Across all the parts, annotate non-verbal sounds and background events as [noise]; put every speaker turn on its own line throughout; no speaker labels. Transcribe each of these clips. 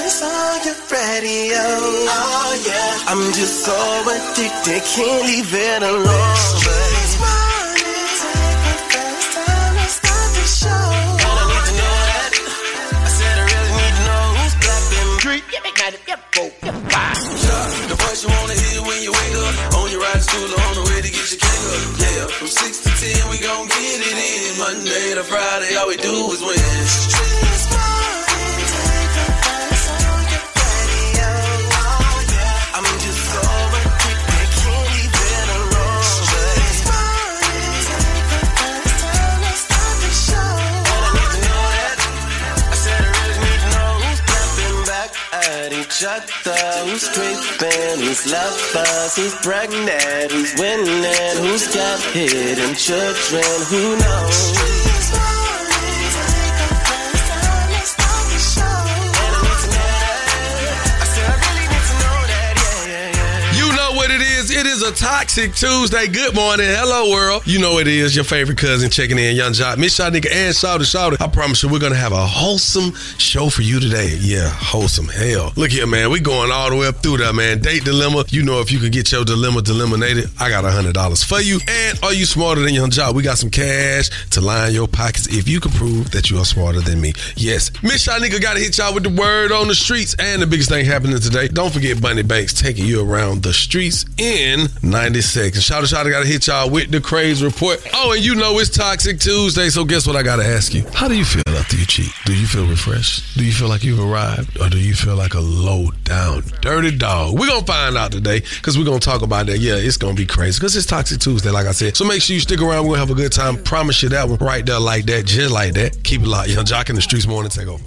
your radio. Oh yeah. I'm just so addicted, can't leave it alone. Baby. This morning, take the first time I start the show. And I need to know that. I said I really need to know who's black and green. Yep, ignited, yep, oh, yep, why? The voice you wanna hear when you wake up. On your riding stool, on the way to get your king up. Yeah, from six to ten, we gon' get it in. Monday to Friday, all we do is win. This morning, take the first time your radio. Oh yeah. I'm just so addicted, can't leave it alone. This morning, take the first time I start the show. And I need to know that. I said I really need to know who's clapping back at each other, who's creeping, who's lovers, who's pregnant, who's winning, who's got hidden children, who knows? And I need to know that. I said I really need to know that, yeah, yeah, yeah.
You know what it is. It is a toxic Tuesday. Good morning. Hello, world. You know it is. Your favorite cousin checking in, Young Jock. Miss Shanika and Shouter Shouter. I promise you, we're going to have a wholesome show for you today. Yeah, wholesome. Hell. Look here, man. we going all the way up through that, man. Date dilemma. You know, if you can get your dilemma eliminated, I got $100 for you. And are you smarter than Young Jock? We got some cash to line your pockets if you can prove that you are smarter than me. Yes. Miss Shanika got to hit y'all with the word on the streets. And the biggest thing happening today, don't forget Bunny Banks taking you around the streets in 96. And shout out, shout out, got to hit y'all with the craze report. Oh, and you know it's Toxic Tuesday, so guess what I got to ask you? How do you feel after you cheat? Do you feel refreshed? Do you feel like you've arrived? Or do you feel like a low down, dirty dog? We're going to find out today because we're going to talk about that. Yeah, it's going to be crazy because it's Toxic Tuesday, like I said. So make sure you stick around. We're going to have a good time. Promise you that one right there, like that, just like that. Keep it locked. Young Jock in the streets morning, take over.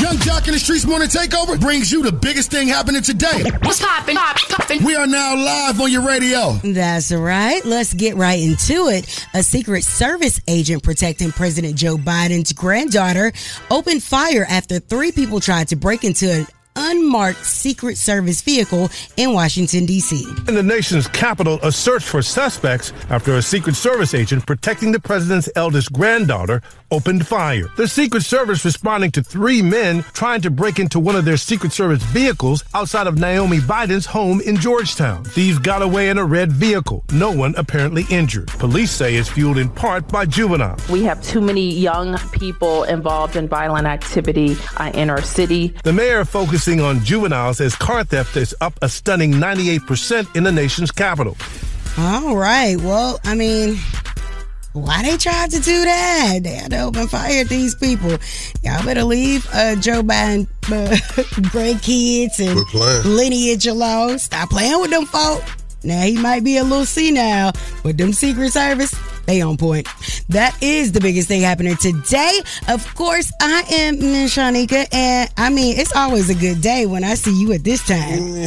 Young Jock in the Streets Morning Takeover brings you the biggest thing happening today.
What's poppin'? Pop, poppin'.
We are now live on your radio.
That's right. Let's get right into it. A Secret Service agent protecting President Joe Biden's granddaughter opened fire after three people tried to break into an unmarked Secret Service vehicle in Washington, D.C.
In the nation's capital, a search for suspects after a Secret Service agent protecting the president's eldest granddaughter opened fire. The Secret Service responding to three men trying to break into one of their Secret Service vehicles outside of Naomi Biden's home in Georgetown. Thieves got away in a red vehicle, no one apparently injured. Police say it's fueled in part by juveniles.
We have too many young people involved in violent activity uh, in our city.
The mayor focusing on juveniles as car theft is up a stunning 98% in the nation's capital.
All right. Well, I mean, why they tried to do that? They had to open fire at these people. Y'all better leave uh, Joe Biden uh, [laughs] great kids and
Quit playing.
lineage alone. Stop playing with them folk. Now he might be a little senile, but them Secret Service, they on point. That is the biggest thing happening today. Of course, I am Miss Shanika, and I mean it's always a good day when I see you at this
Mm,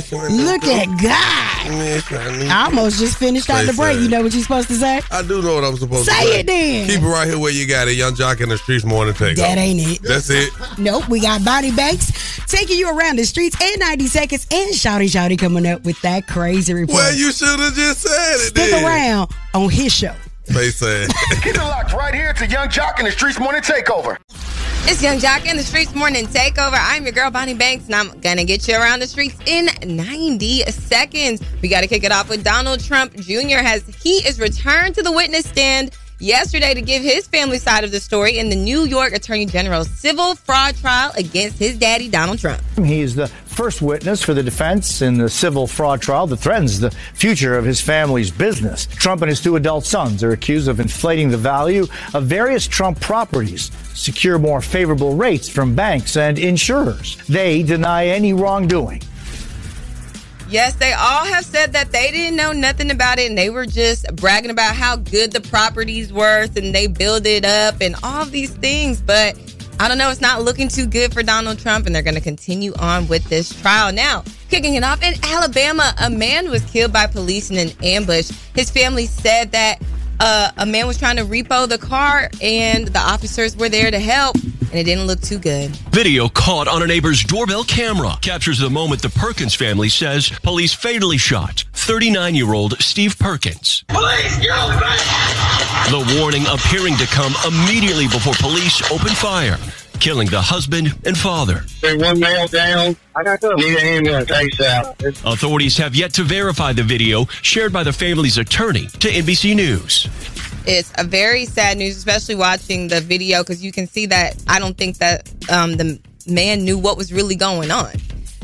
time. Look at God. I almost just finished out
Stay
the break.
safe.
You know what you're supposed to say?
I do know what I'm supposed to
Say
say.
it then.
Keep it right here where you got it. Young Jock in the streets morning take.
That ain't it.
That's it.
Nope, we got Bonnie Banks taking you around the streets in 90 seconds and Shouty Shouty coming up with that crazy report.
Well, you should have just said it.
Stick
then.
around on his show.
They said.
[laughs] Keep it locked right here to Young Jock in the Streets Morning Takeover.
It's Young Jock in the Streets Morning Takeover. I'm your girl, Bonnie Banks, and I'm going to get you around the streets in 90 seconds. We got to kick it off with Donald Trump Jr. has he is returned to the witness stand yesterday to give his family side of the story in the New York Attorney General's civil fraud trial against his daddy, Donald Trump.
He is the first witness for the defense in the civil fraud trial that threatens the future of his family's business. Trump and his two adult sons are accused of inflating the value of various Trump properties, secure more favorable rates from banks and insurers. They deny any wrongdoing.
Yes, they all have said that they didn't know nothing about it and they were just bragging about how good the property's worth and they build it up and all these things. But I don't know, it's not looking too good for Donald Trump and they're going to continue on with this trial. Now, kicking it off in Alabama, a man was killed by police in an ambush. His family said that uh, a man was trying to repo the car and the officers were there to help and it didn't look too good.
Video caught on a neighbor's doorbell camera captures the moment the Perkins family says police fatally shot 39 year old Steve Perkins.
Please go back.
The warning appearing to come immediately before police open fire.
killing the husband and father.
There's one male down. I got to need an ambulance ASAP. It's
Authorities have yet to verify the video shared by the family's attorney to NBC News.
It's a very sad news, especially watching the video, because you can see that I don't think that um, the man knew what was really going on.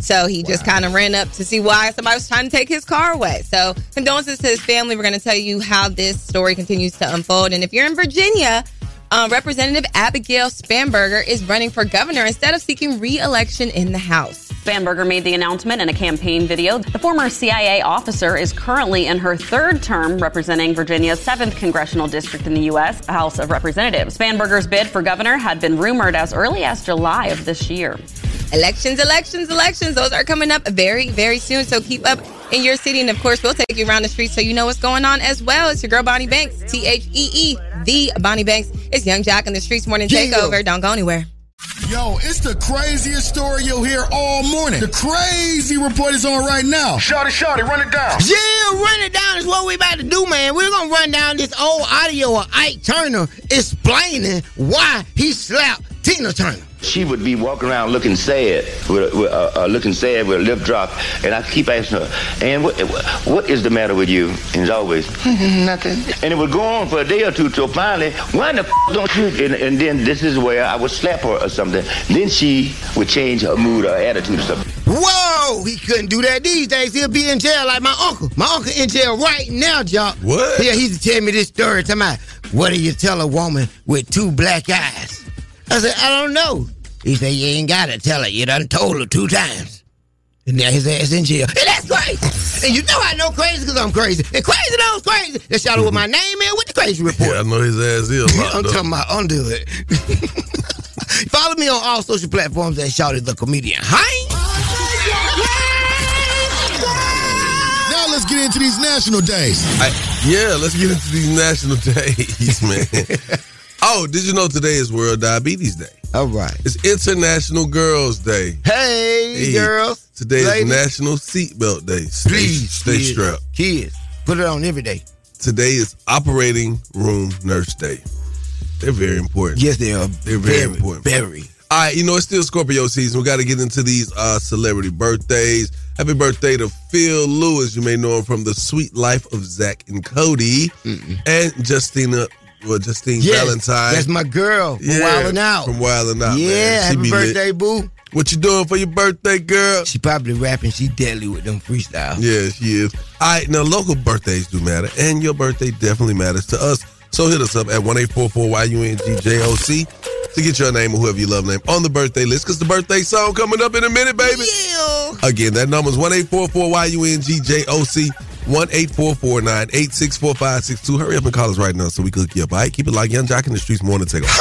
So he just kind of ran up to see why somebody was trying to take his car away. So condolences to his family. We're going to tell you how this story continues to unfold. And if you're in Virginia, uh, Representative Abigail Spanberger is running for governor instead of seeking re-election in the House.
Bamberger made the announcement in a campaign video. The former CIA officer is currently in her third term representing Virginia's 7th congressional district in the U.S. House of Representatives. Bamberger's bid for governor had been rumored as early as July of this year.
Elections, elections, elections. Those are coming up very, very soon. So keep up in your city. And of course, we'll take you around the streets so you know what's going on as well. It's your girl, Bonnie Banks, T H E E, the Bonnie Banks. It's Young Jock in the Streets Morning
Yeah.
Takeover. Don't go anywhere.
Yo, it's the craziest story you'll hear all morning. The crazy report is on right now. Shorty, shorty, run it down.
Yeah, run it down is what we about to do, man. We're gonna run down this old audio of Ike Turner explaining why he slapped Tina Turner.
She would be walking around looking sad, with, with, uh, uh, looking sad with her lip drop, and I keep asking her, "And what, what is the matter with you?" And it's always,
nothing.
and it would go on for a day or two till finally, "Why the f- don't you?" And, and then this is where I would slap her or something. Then she would change her mood or attitude or something.
Whoa, he couldn't do that these days. He'll be in jail like my uncle. My uncle in jail right now, y'all. What? Yeah, he's telling me this story. Tell me, what do you tell a woman with two black eyes? I said, I don't know. He said, you ain't gotta tell her. You done told her two times. And now his ass in jail. And that's crazy. And you know I know crazy because I'm crazy. And crazy knows crazy. That's y'all what my name is. What the crazy report?
Yeah, I know his ass is locked
[laughs] I'm
up.
talking about undo it. [laughs] Follow me on all social platforms at Shouted the Comedian. Hi.
Now let's get into these national days.
I, yeah, let's get into these national [laughs] days, man. oh, did you know today is World Diabetes Day?
All right.
It's International Girls Day.
Hey, girls,
Today is
ladies.
National Seatbelt Day. Stay,
Please,
stay
kids,
strapped.
Kids, put it on every day.
Today is Operating Room Nurse Day. They're very important.
Yes, they are.
They're very,
Very,
important.
very.
All right, you know, it's still Scorpio season. We got to get into these uh, celebrity birthdays. Happy birthday to Phil Lewis. You may know him from The Sweet Life of Zach and Cody. And Justina, well, Justine
Yes,
Valentine.
that's my girl from
Yeah,
Wildin' Out.
From Wildin' Out.
yeah,
man. She
happy
be lit.
birthday, boo.
What you doing for your birthday, girl?
She probably rapping. She deadly with them freestyles.
Yeah, she is. All right, now local birthdays do matter, and your birthday definitely matters to us. So hit us up at one eight four four YUNGJOC to get your name or whoever you love name on the birthday list, because the birthday song coming up in a minute, baby. Again, that number's one eight four four YUNGJOC. One eight four four nine eight six four five six two. Hurry up and call us right now so we can hook you up. All right, keep it like Young Jock in the streets morning take off.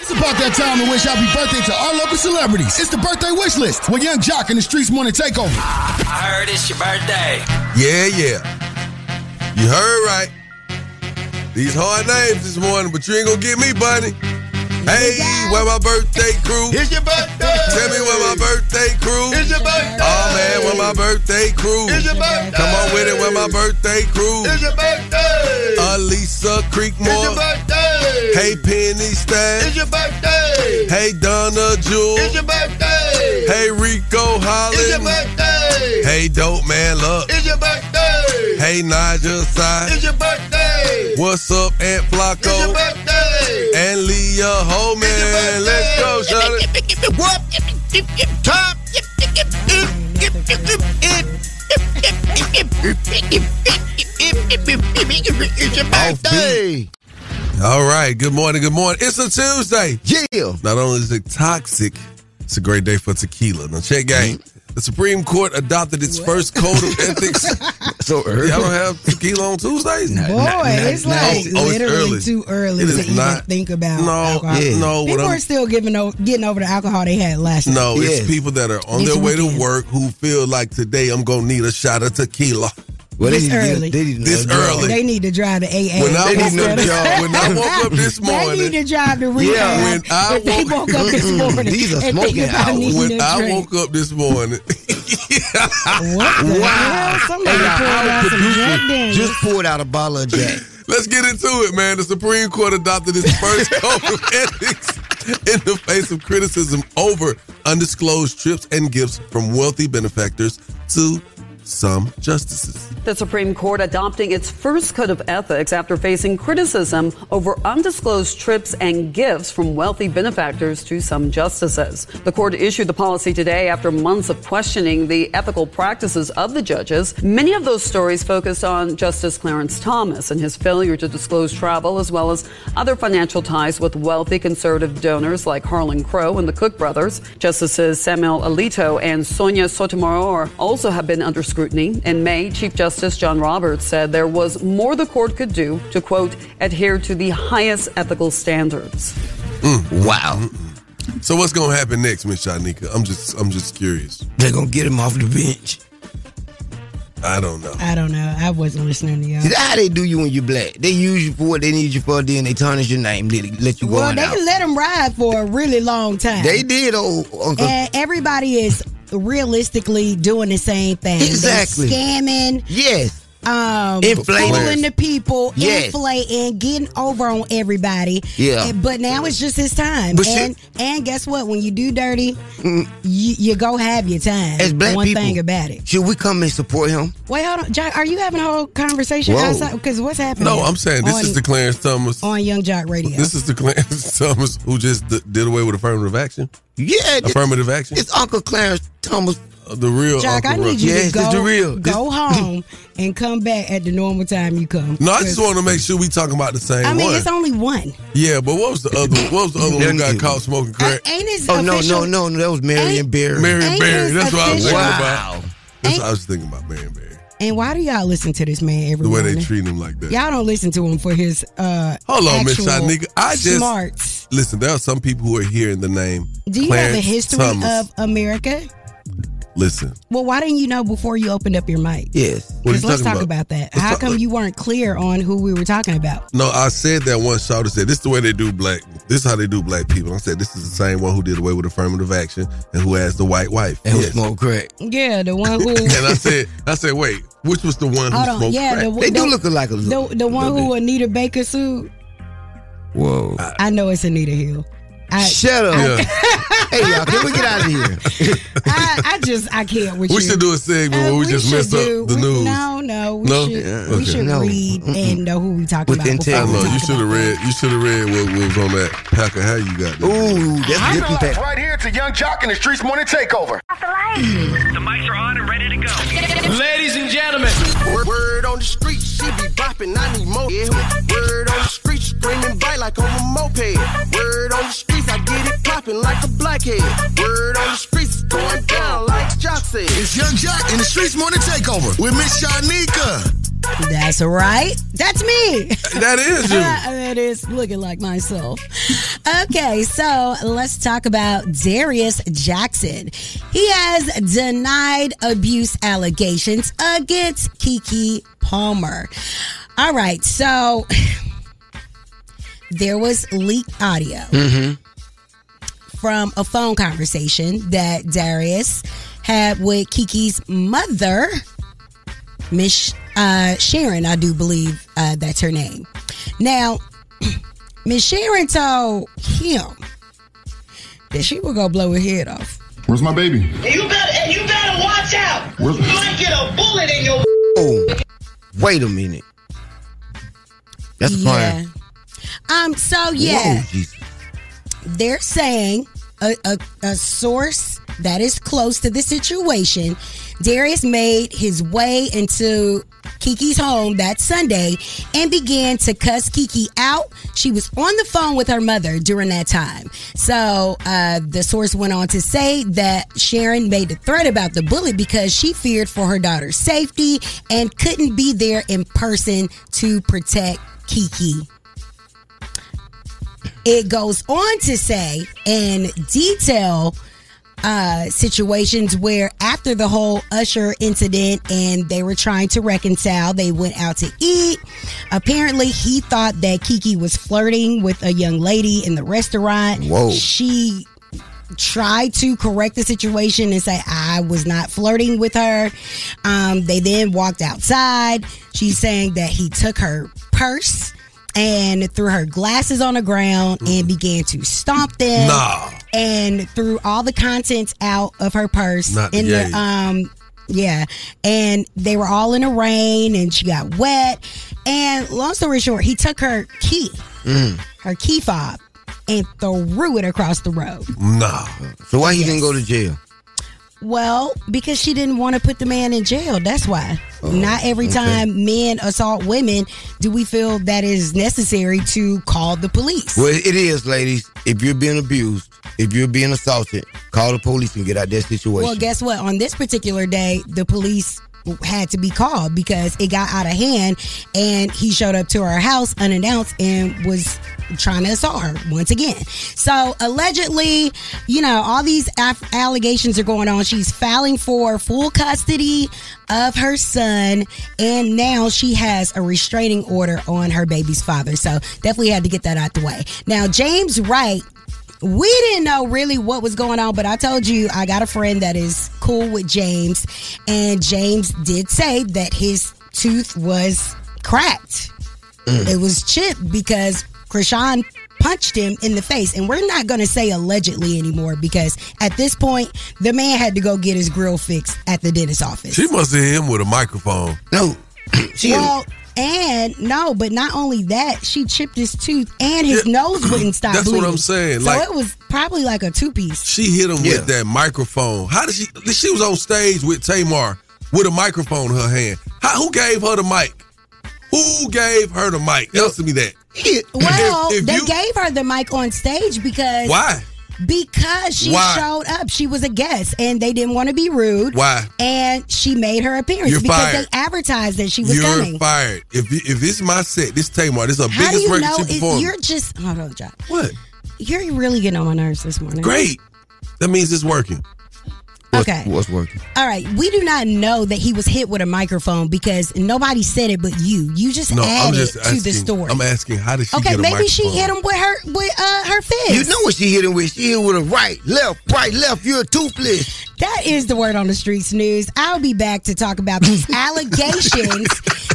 It's about that time to wish happy birthday to our local celebrities. It's the birthday wish list with Young Jock and the Streets Morning Takeover.
I heard it's your birthday.
Yeah, yeah. You heard right. These hard names this morning, but you ain't gonna get me, buddy. Hey, where my birthday crew?
It's your birthday.
Tell me where my birthday crew? It's your birthday. Oh man, where my birthday crew? It's your birthday. Come on with it, where my birthday crew? It's your birthday. Alisa Creekmore. It's your birthday. Hey Penny Stan. It's your birthday. Hey Donna Jewel. It's your birthday. Hey Rico Holland. It's your birthday. Hey Dope Man Luck. It's your birthday. Hey Nigel Sy. It's your birthday. What's up, Aunt Flocko? It's your birthday. And Leah Holman. Let's go, Charlotte.
What? Top. It's your birthday.
All right. Good morning. Good morning. It's a Tuesday.
Yeah.
Not only is it toxic, it's a great day for tequila. Now check game.
Mm-hmm.
The Supreme Court adopted its first code of ethics.
[laughs] so
early. Y'all don't have tequila on Tuesdays?
Boy, it's like
Oh, oh, it's
literally
early.
too early
It
to
is
even
not-
think about
No,
alcohol.
yeah. no, what
People
I'm-
are still giving o- getting over the alcohol they had [laughs] last night.
No, it's people that are on
It's
their way to
weekend.
work who feel like today I'm gonna need a shot of tequila.
Well,
This need to get- early. they
This early.
They need to drive to AA.
When I
They
woke
need
up,
to- [laughs]
y'all, when I woke up this morning,
They need to drive to rehab.
Yeah, when I
if they
woke-
woke up
[laughs]
this morning, and think about needing
When
a
I
drink.
woke up this morning, [laughs]
What the hell? Somebody pulled out some Jack Daniels.
Just pulled out a bottle of Jack. [laughs]
let's get into it, man. The Supreme Court adopted its first code of ethics in the face of criticism over undisclosed trips and gifts from wealthy benefactors to some justices.
The Supreme Court adopting its first code of ethics after facing criticism over undisclosed trips and gifts from wealthy benefactors to some justices. The court issued the policy today after months of questioning the ethical practices of the judges. Many of those stories focused on Justice Clarence Thomas and his failure to disclose travel as well as other financial ties with wealthy conservative donors like Harlan Crow and the Cook brothers. Justices Samuel Alito and Sonia Sotomayor also have been under scrutiny. In May, Chief Justice John Roberts said there was more the court could do to, quote, adhere to the highest ethical standards.
wow. Mm. So what's gonna happen next, Miss Shanika? I'm just I'm just curious.
They're gonna get him off the bench.
[laughs] I don't know.
I don't know. I wasn't listening to y'all.
See, that's how they do you when you're black. They use you for what they need you for, then they tarnish your name, let, let you go
Well,
on
they
out.
let him ride for a really long time.
They did, old Uncle.
And everybody is realistically doing the same thing. They're
Exactly.
scamming.
Yes.
Um,
Inflating.
fooling the people,
Yes.
inflating, getting over on everybody.
Yeah.
And- but now it's just his time.
But Mm.
and and guess what? When you do dirty, you, you go have your time.
As black
One
people,
thing about it.
should we come and support him?
Wait, hold on, Jack. Are you having a whole conversation
Whoa.
outside? Because what's happening?
No, I'm saying this
on,
is the Clarence Thomas.
Oh,
on Young Jock Radio.
This is the Clarence [laughs] Thomas who just d- did away with affirmative action.
Yeah,
affirmative action. Uh,
It's Uncle Clarence Thomas.
the real
Jock, I
Uncle
need
Ruckus.
you
Yes,
to go,
it's the real.
go home and come back at the normal time you come.
No, I just
Because-
want to make sure we talking about the same
I mean,
one.
it's only one.
yeah, but what was the other? What was the other one who got caught smoking crack?
Ain't his
Oh, no,
official-
no, no, no. That was Mary and Barry.
Mary and Barry. That's what I was thinking
Wow.
about. That's what I was thinking about Mary and Barry.
And why do y'all listen to this man every
The way
morning?
they treat him like that.
Y'all don't listen to him for his uh
Hold on, Miss
actual
Shanika. I just
smarts.
listen. There are some people who are hearing the name.
Do you
Clarence
have a history
Thomas.
of America?
Listen,
Well, why didn't you know before you opened up your mic?
yes. What are
Because
you
let's
talking
talk
about?
about, that. How come you weren't clear on who we were talking about?
No, I said that one shouter said this is the way they do black. This is how they do black people. I said this is the same one who did away with affirmative action and who has the white wife and who smoked crack.
Yeah, the one
[laughs]
who.
and I said, I said, wait, which was the one who
Hold on,
smoked
yeah,
crack?
the- They do the- look
alike a
the, the one who Anita Baker sued.
Whoa.
I know it's Anita Hill. I,
Shut
Oh,
up.
[laughs]
I, [laughs]
hey, y'all, can we get out of here?
I, I just I can't with
we
you. Uh,
should do a segment where we, just
should
mess
do-
up the
we-
news.
No, no, we
No?
should,
Yeah,
we
okay.
should
No.
read and know who we talking about. before we
I know, you
talk
should have read. You should have read what, what was on that packer. How you got that?
Ooh,
You're live right here to Young Jock and the Streets Morning Takeover.
The mics are on and ready to go. Ladies and gentlemen.
Word, word on the street, she be bopping, I need more. Yeah, word on the street, screaming bite like on a moped. Word on the streets, I get it popping like a blackhead. Word on the streets, it's going down like Jock said.
It's Young Jock and the Streets Morning Takeover with Miss Shanika.
about- That's right. That's me.
That is you.
[laughs] that is looking like myself. Okay, so let's talk about Darius Jackson. He has denied abuse allegations against Kiki Palmer. All right, so [laughs] there was leaked audio
Mm-hmm.
from a phone conversation that Darius had with Kiki's mother, Miss uh, Sharon, I do believe uh, that's her name. Now, [clears throat] Miss Sharon told him that she would go blow her head off.
Where's my baby?
You better, you better watch out.
Where's- You
might get a bullet in your.
Oh, wait a minute. That's a
Yeah.
fine.
Um. So yeah,
Whoa, Jesus.
they're saying a, a, a source that is close to the situation. Darius made his way into Kiki's home that Sunday and began to cuss Kiki out. She was on the phone with her mother during that time. So uh, the source went on to say that Sharon made a threat about the bullet because she feared for her daughter's safety and couldn't be there in person to protect Kiki it goes on to say and detail uh situations where after the whole usher incident and they were trying to reconcile they went out to eat apparently he thought that kiki was flirting with a young lady in the restaurant
Whoa.
she tried to correct the situation and say I was not flirting with her. Um, they then walked outside. She's saying that he took her purse and threw her glasses on the ground and began to stomp them.
Nah.
And threw all the contents out of her purse
Not
in
yay.
the um yeah. And they were all in the rain and she got wet. And long story short, he took her key,
Mm.
her key fob, and threw it across the road.
Nah.
So why he didn't go to jail?
Well, because she didn't want to put the man in jail. That's why.
Oh,
Not every
okay.
time men assault women do we feel that is necessary to call the police.
Well, it is, ladies. If you're being abused, if you're being assaulted, call the police and get out that situation.
Well, guess what? On this particular day, the police had to be called because it got out of hand and he showed up to her house unannounced and was trying to assault her once again. So allegedly, you know, all these af- allegations are going on. She's filing for full custody of her son and now she has a restraining order on her baby's father. So definitely had to get that out the way. Now, James Wright we didn't know really what was going on, but I told you I got a friend that is cool with James, and James did say that his tooth was cracked.
Mm.
It was chipped because Krishan punched him in the face. And we're not going to say allegedly anymore because at this point, the man had to go get his grill fixed at the dentist's office.
She must have hit him with a microphone.
No.
well, and no, but not only that, she chipped his tooth and his nose
[clears throat]
wouldn't stop
That's what
bleeding.
I'm saying,
So
like-
it was probably like a two piece.
She hit him with that microphone. How did she? She was on stage with Tamar with a microphone in her hand. How, who gave her the mic? Who gave her the mic? Answer me that.
Well, they gave her the mic on stage because
Why?
Because she
Why?
showed up. She was a guest and they didn't want to be rude.
Why?
And she made her appearance
You're
because
fired.
they advertised that she was
you're
coming.
fired. If you- if it's my set, this Tamar, this is her
How do
biggest
you
record
know
she
it,
performed.
you're just hold on, John.
What?
You're really getting on my nerves this morning.
Great. That means it's working.
Okay.
What's working?
All right, we do not know that he was hit with a microphone because nobody said it but you. You just
No, I'm
added
just
to
asking.
the story.
I'm asking how did she
okay,
get a
maybe she
microphone?
hit him with her with uh, her fist.
You know what she hit him with? She hit with a right, left, right, left. You're toothless.
That is the word on the streets news. I'll be back to talk about
[laughs]
these allegations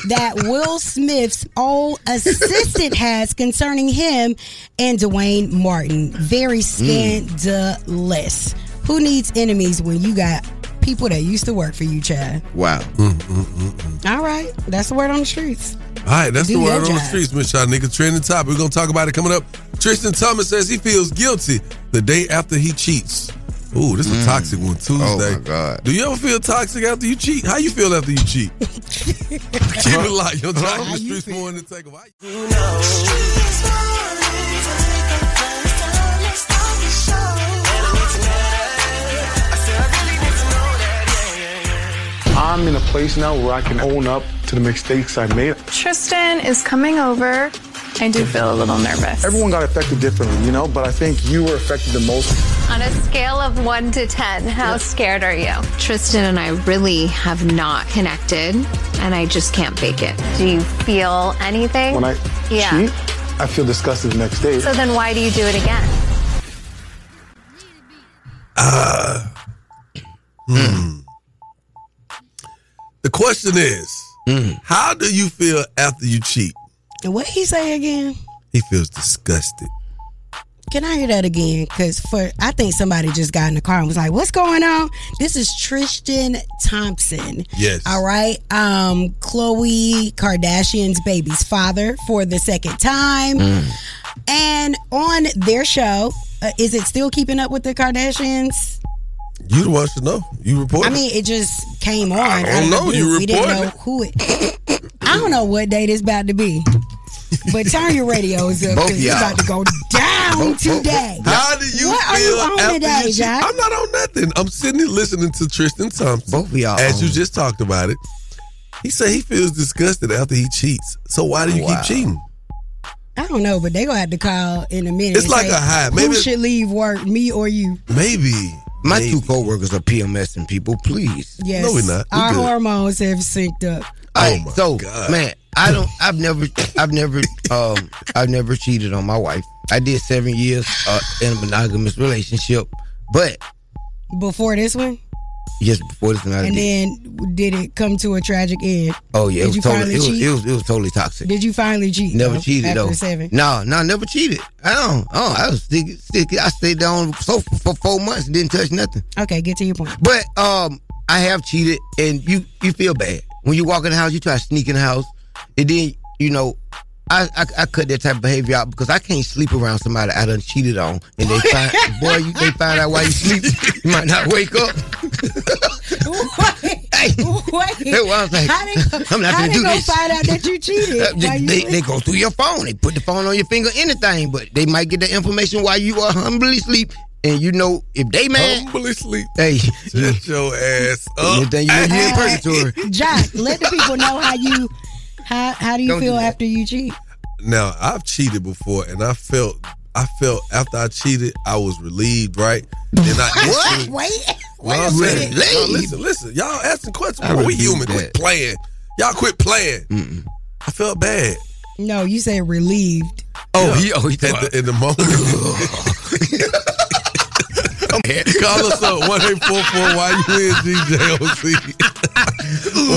that Will Smith's old assistant has concerning him and Dwayne Martin. Very
Mm.
scandalous. Who needs enemies when you got people that used to work for you, Chad?
Wow.
Mm,
All right, that's the word on the streets.
All right, that's
Do
the
your
word on the
job.
streets, Miss Shaw. Nigga, trending topic. We're gonna talk about it coming up. Tristan Thomas says he feels guilty the day after he cheats. Ooh, this is a toxic one Tuesday. Mm. Oh my god. Do you ever feel toxic after you cheat? How you feel after you cheat? Keep it locked. You're talking the streets more than take a while.
I'm in a place now where I can own up to the mistakes I made.
Tristan is coming over. I do feel a little nervous.
Everyone got affected differently, you know, but I think you were affected the most.
On a scale of one to 10, how scared are you? Tristan and I really have not connected, and I just can't fake it. Do you feel anything?
When I
yeah.
cheat, I feel disgusted the next day.
So then why do you do it again?
Uh, hmm. The question is, how do you feel after you cheat?
And what he say again?
He feels disgusted.
Can I hear that again? Because for I think somebody just got in the car and was like, "What's going on?" This is Tristan Thompson.
Yes.
All right. Um, Chloe Kardashian's baby's father for the second time,
Mm.
and on their show, uh, is it still keeping up with the Kardashians?
You the one should know. You report.
I mean, it just came on.
I don't
out of the
know.
blue.
You
we didn't
reported
know who it. I don't know what date it's about to be. But turn your radios up
Both
because it's
y'all.
about to go down today.
How do you
What are
feel
you on
after
today,
you cheat?
Jack?
I'm not on nothing. I'm sitting here listening to Tristan Thompson. Both of y'all. As you just talked about it. He said he feels disgusted after he cheats. So why do you keep cheating?
I don't know, but they gonna have to call in a minute.
It's
and
like
say,
a high.
Who
Maybe-
should leave work, me or you?
Maybe.
My two coworkers are PMSing people, please.
Yes. Our hormones have synced up.
Oh
Hey, so man, I don't. I've never. I've never. Um, I've never cheated on my wife. I did seven years uh, in a monogamous relationship, but
Before this one,
Yes, before this night.
And then did it come to a tragic end?
Oh yeah, it
Did
was
you
totally
finally
it was,
cheat?
it was it was totally toxic.
Did you finally cheat?
Never
though,
cheated
after
though.
Seven.
No, no, never cheated. I don't. Oh, I was stick, stick, I stayed down so for four months and didn't touch nothing.
Okay, get to your point.
But um, I have cheated, and you you feel bad when you walk in the house. You try to sneak in the house, and then you know. I, I, I cut that type of behavior out because I can't sleep around somebody I done cheated on,
[laughs]
and they find boy you, they find out why you sleep. You might not wake up.
Wait, wait.
That's why I was like,
how they, go-
[laughs] I'm not
how
gonna
they
do
gonna
this.
find out that you cheated?
Uh,
while
they,
you
they,
sleep?
they go through your phone. They put the phone on your finger, anything, but they might get the information while you are humbly asleep. And you know, if they mad,
humbly sleep. [laughs]
Hey,
Shut your ass up.
Anything you,
[laughs]
you in purgatory.
Jock, let the people know how you how how do you
Don't do
feel
that.
after you cheat?
Now I've cheated before, and I felt I felt after I cheated, I was relieved, right? Then I
What? Wait.
Well,
[laughs]
I'm saying, y'all listen, listen, y'all asking questions. Boy, we human. Quit playing. Y'all quit playing. I felt bad.
No, you said relieved.
Oh, he, oh, he at the, in the moment. [laughs] Call us up one eight four four. Why you in GJOC?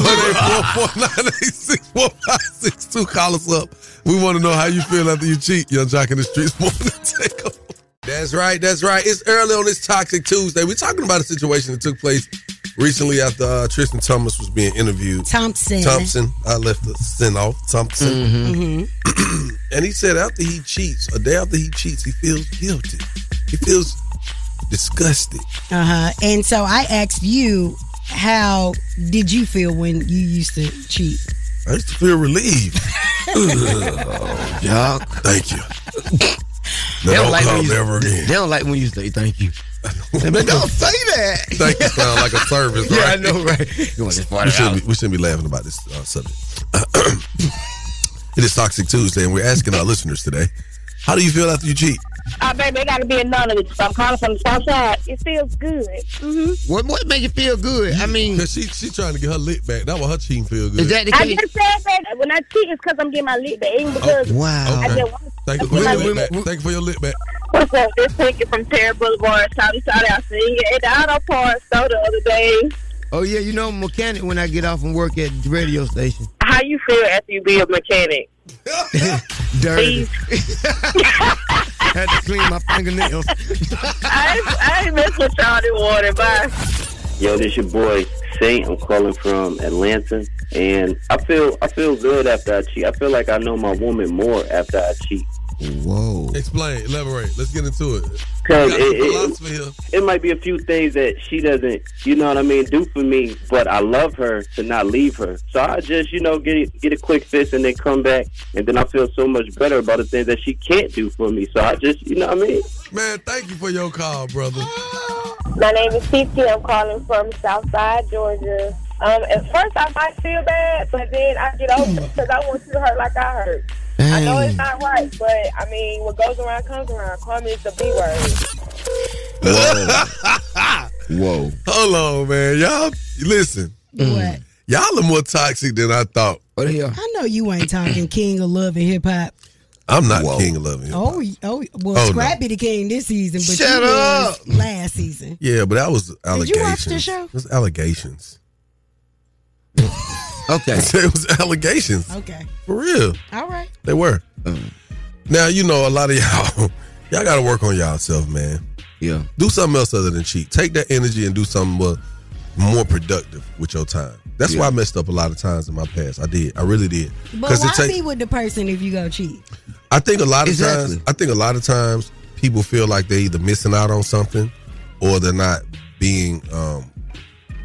One eight four four nine eight six four five six two. Call us up. We want to know how you feel after you cheat. Young Jock in the streets [laughs] want to take over. That's right. That's right. It's early on this Toxic Tuesday. We're talking about a situation that took place recently after uh, Tristan Thomas was being interviewed.
Thompson.
Thompson. I left the sin off. Thompson.
Mm-hmm.
And he said after he cheats, a day after he cheats, he feels guilty. He feels disgusted.
Uh huh. And so I asked you, how did you feel when you used to cheat?
I used to feel
[laughs]
relieved.
Y'all,
thank you.
They
don't
don't, like
come
when you,
ever again.
[laughs] they don't like when you say
[laughs]
thank you. They be like, don't say that.
Thank you. Sound like a service,
Yeah, I
right?
know, right?
we, shouldn't be, we shouldn't be laughing about this uh, subject. [clears throat] it is Toxic Tuesday, and we're asking our listeners today, how do you feel after you cheat?
Oh, baby, it got to be anonymous. I'm calling from the south side. It feels good. Mm-hmm.
What what make you feel good? I mean,
[laughs] she she trying to get her lick back. That was her cheating feel good.
I just said that when I cheat, it's because I'm getting my lick back. It ain't because
Oh,
I
Okay.
just want
Thank you for your lick back. Thank you for your lick back.
What's up? This ticket from Terra Boulevard, Saudi Saudi. I seen you at the auto parts store the other day.
[laughs] Oh yeah, you know I'm a mechanic when I get off from work at the radio station.
How you feel after you be a mechanic? [laughs]
Dirty. [laughs] Had to clean my fingernails.
I, ain't- I ain't mess with y'all in water. Bye.
Yo, this your boy Saint. I'm calling from Atlanta, and I feel I feel good after I cheat. I feel like I know my woman more after I cheat.
Whoa.
Explain, elaborate. Let's get into it.
Cause
We got
it,
some
it,
philosophy here.
it might be a few things that she doesn't, you know what I mean, do for me, but I love her to not leave her. So I just, you know, get get a quick fist and then come back, and then I feel so much better about the things that she can't do for me. So I just, you know what I mean.
Man, thank you for your call, brother.
My name is Titi. I'm calling from Southside, Georgia. Um, at first, I might feel bad, but then I get over it because I want you to hurt like I hurt. I know it's not right, but I mean, what goes around comes around. Karma is the B word.
Whoa.
[laughs] Hold on, man. Y'all, listen.
Mm. What?
Y'all are more toxic than I thought.
What hell?
I know you ain't talking king of love and hip hop.
I'm not king of love. and hip hop.
Oh, oh, well,
Oh, no.
Scrappy the king this season, but
Shut
you
up.
was last season.
Yeah, but that was
Did you
allegations.
watch the show?
It was allegations.
[laughs] okay.
[laughs] it was allegations.
Okay,
For real.
all right.
They were. Now, you know, a lot of y'all, [laughs] y'all got to work on y'all self, man.
Yeah.
Do something else other than cheat. Take that energy and do something more, more productive with your time. That's why I messed up a lot of times in my past. I did. I really did.
But why
it take-
be with the person if you go cheat?
I think a lot of
Exactly.
times I think a lot of times people feel like they either missing out on something or they're not being um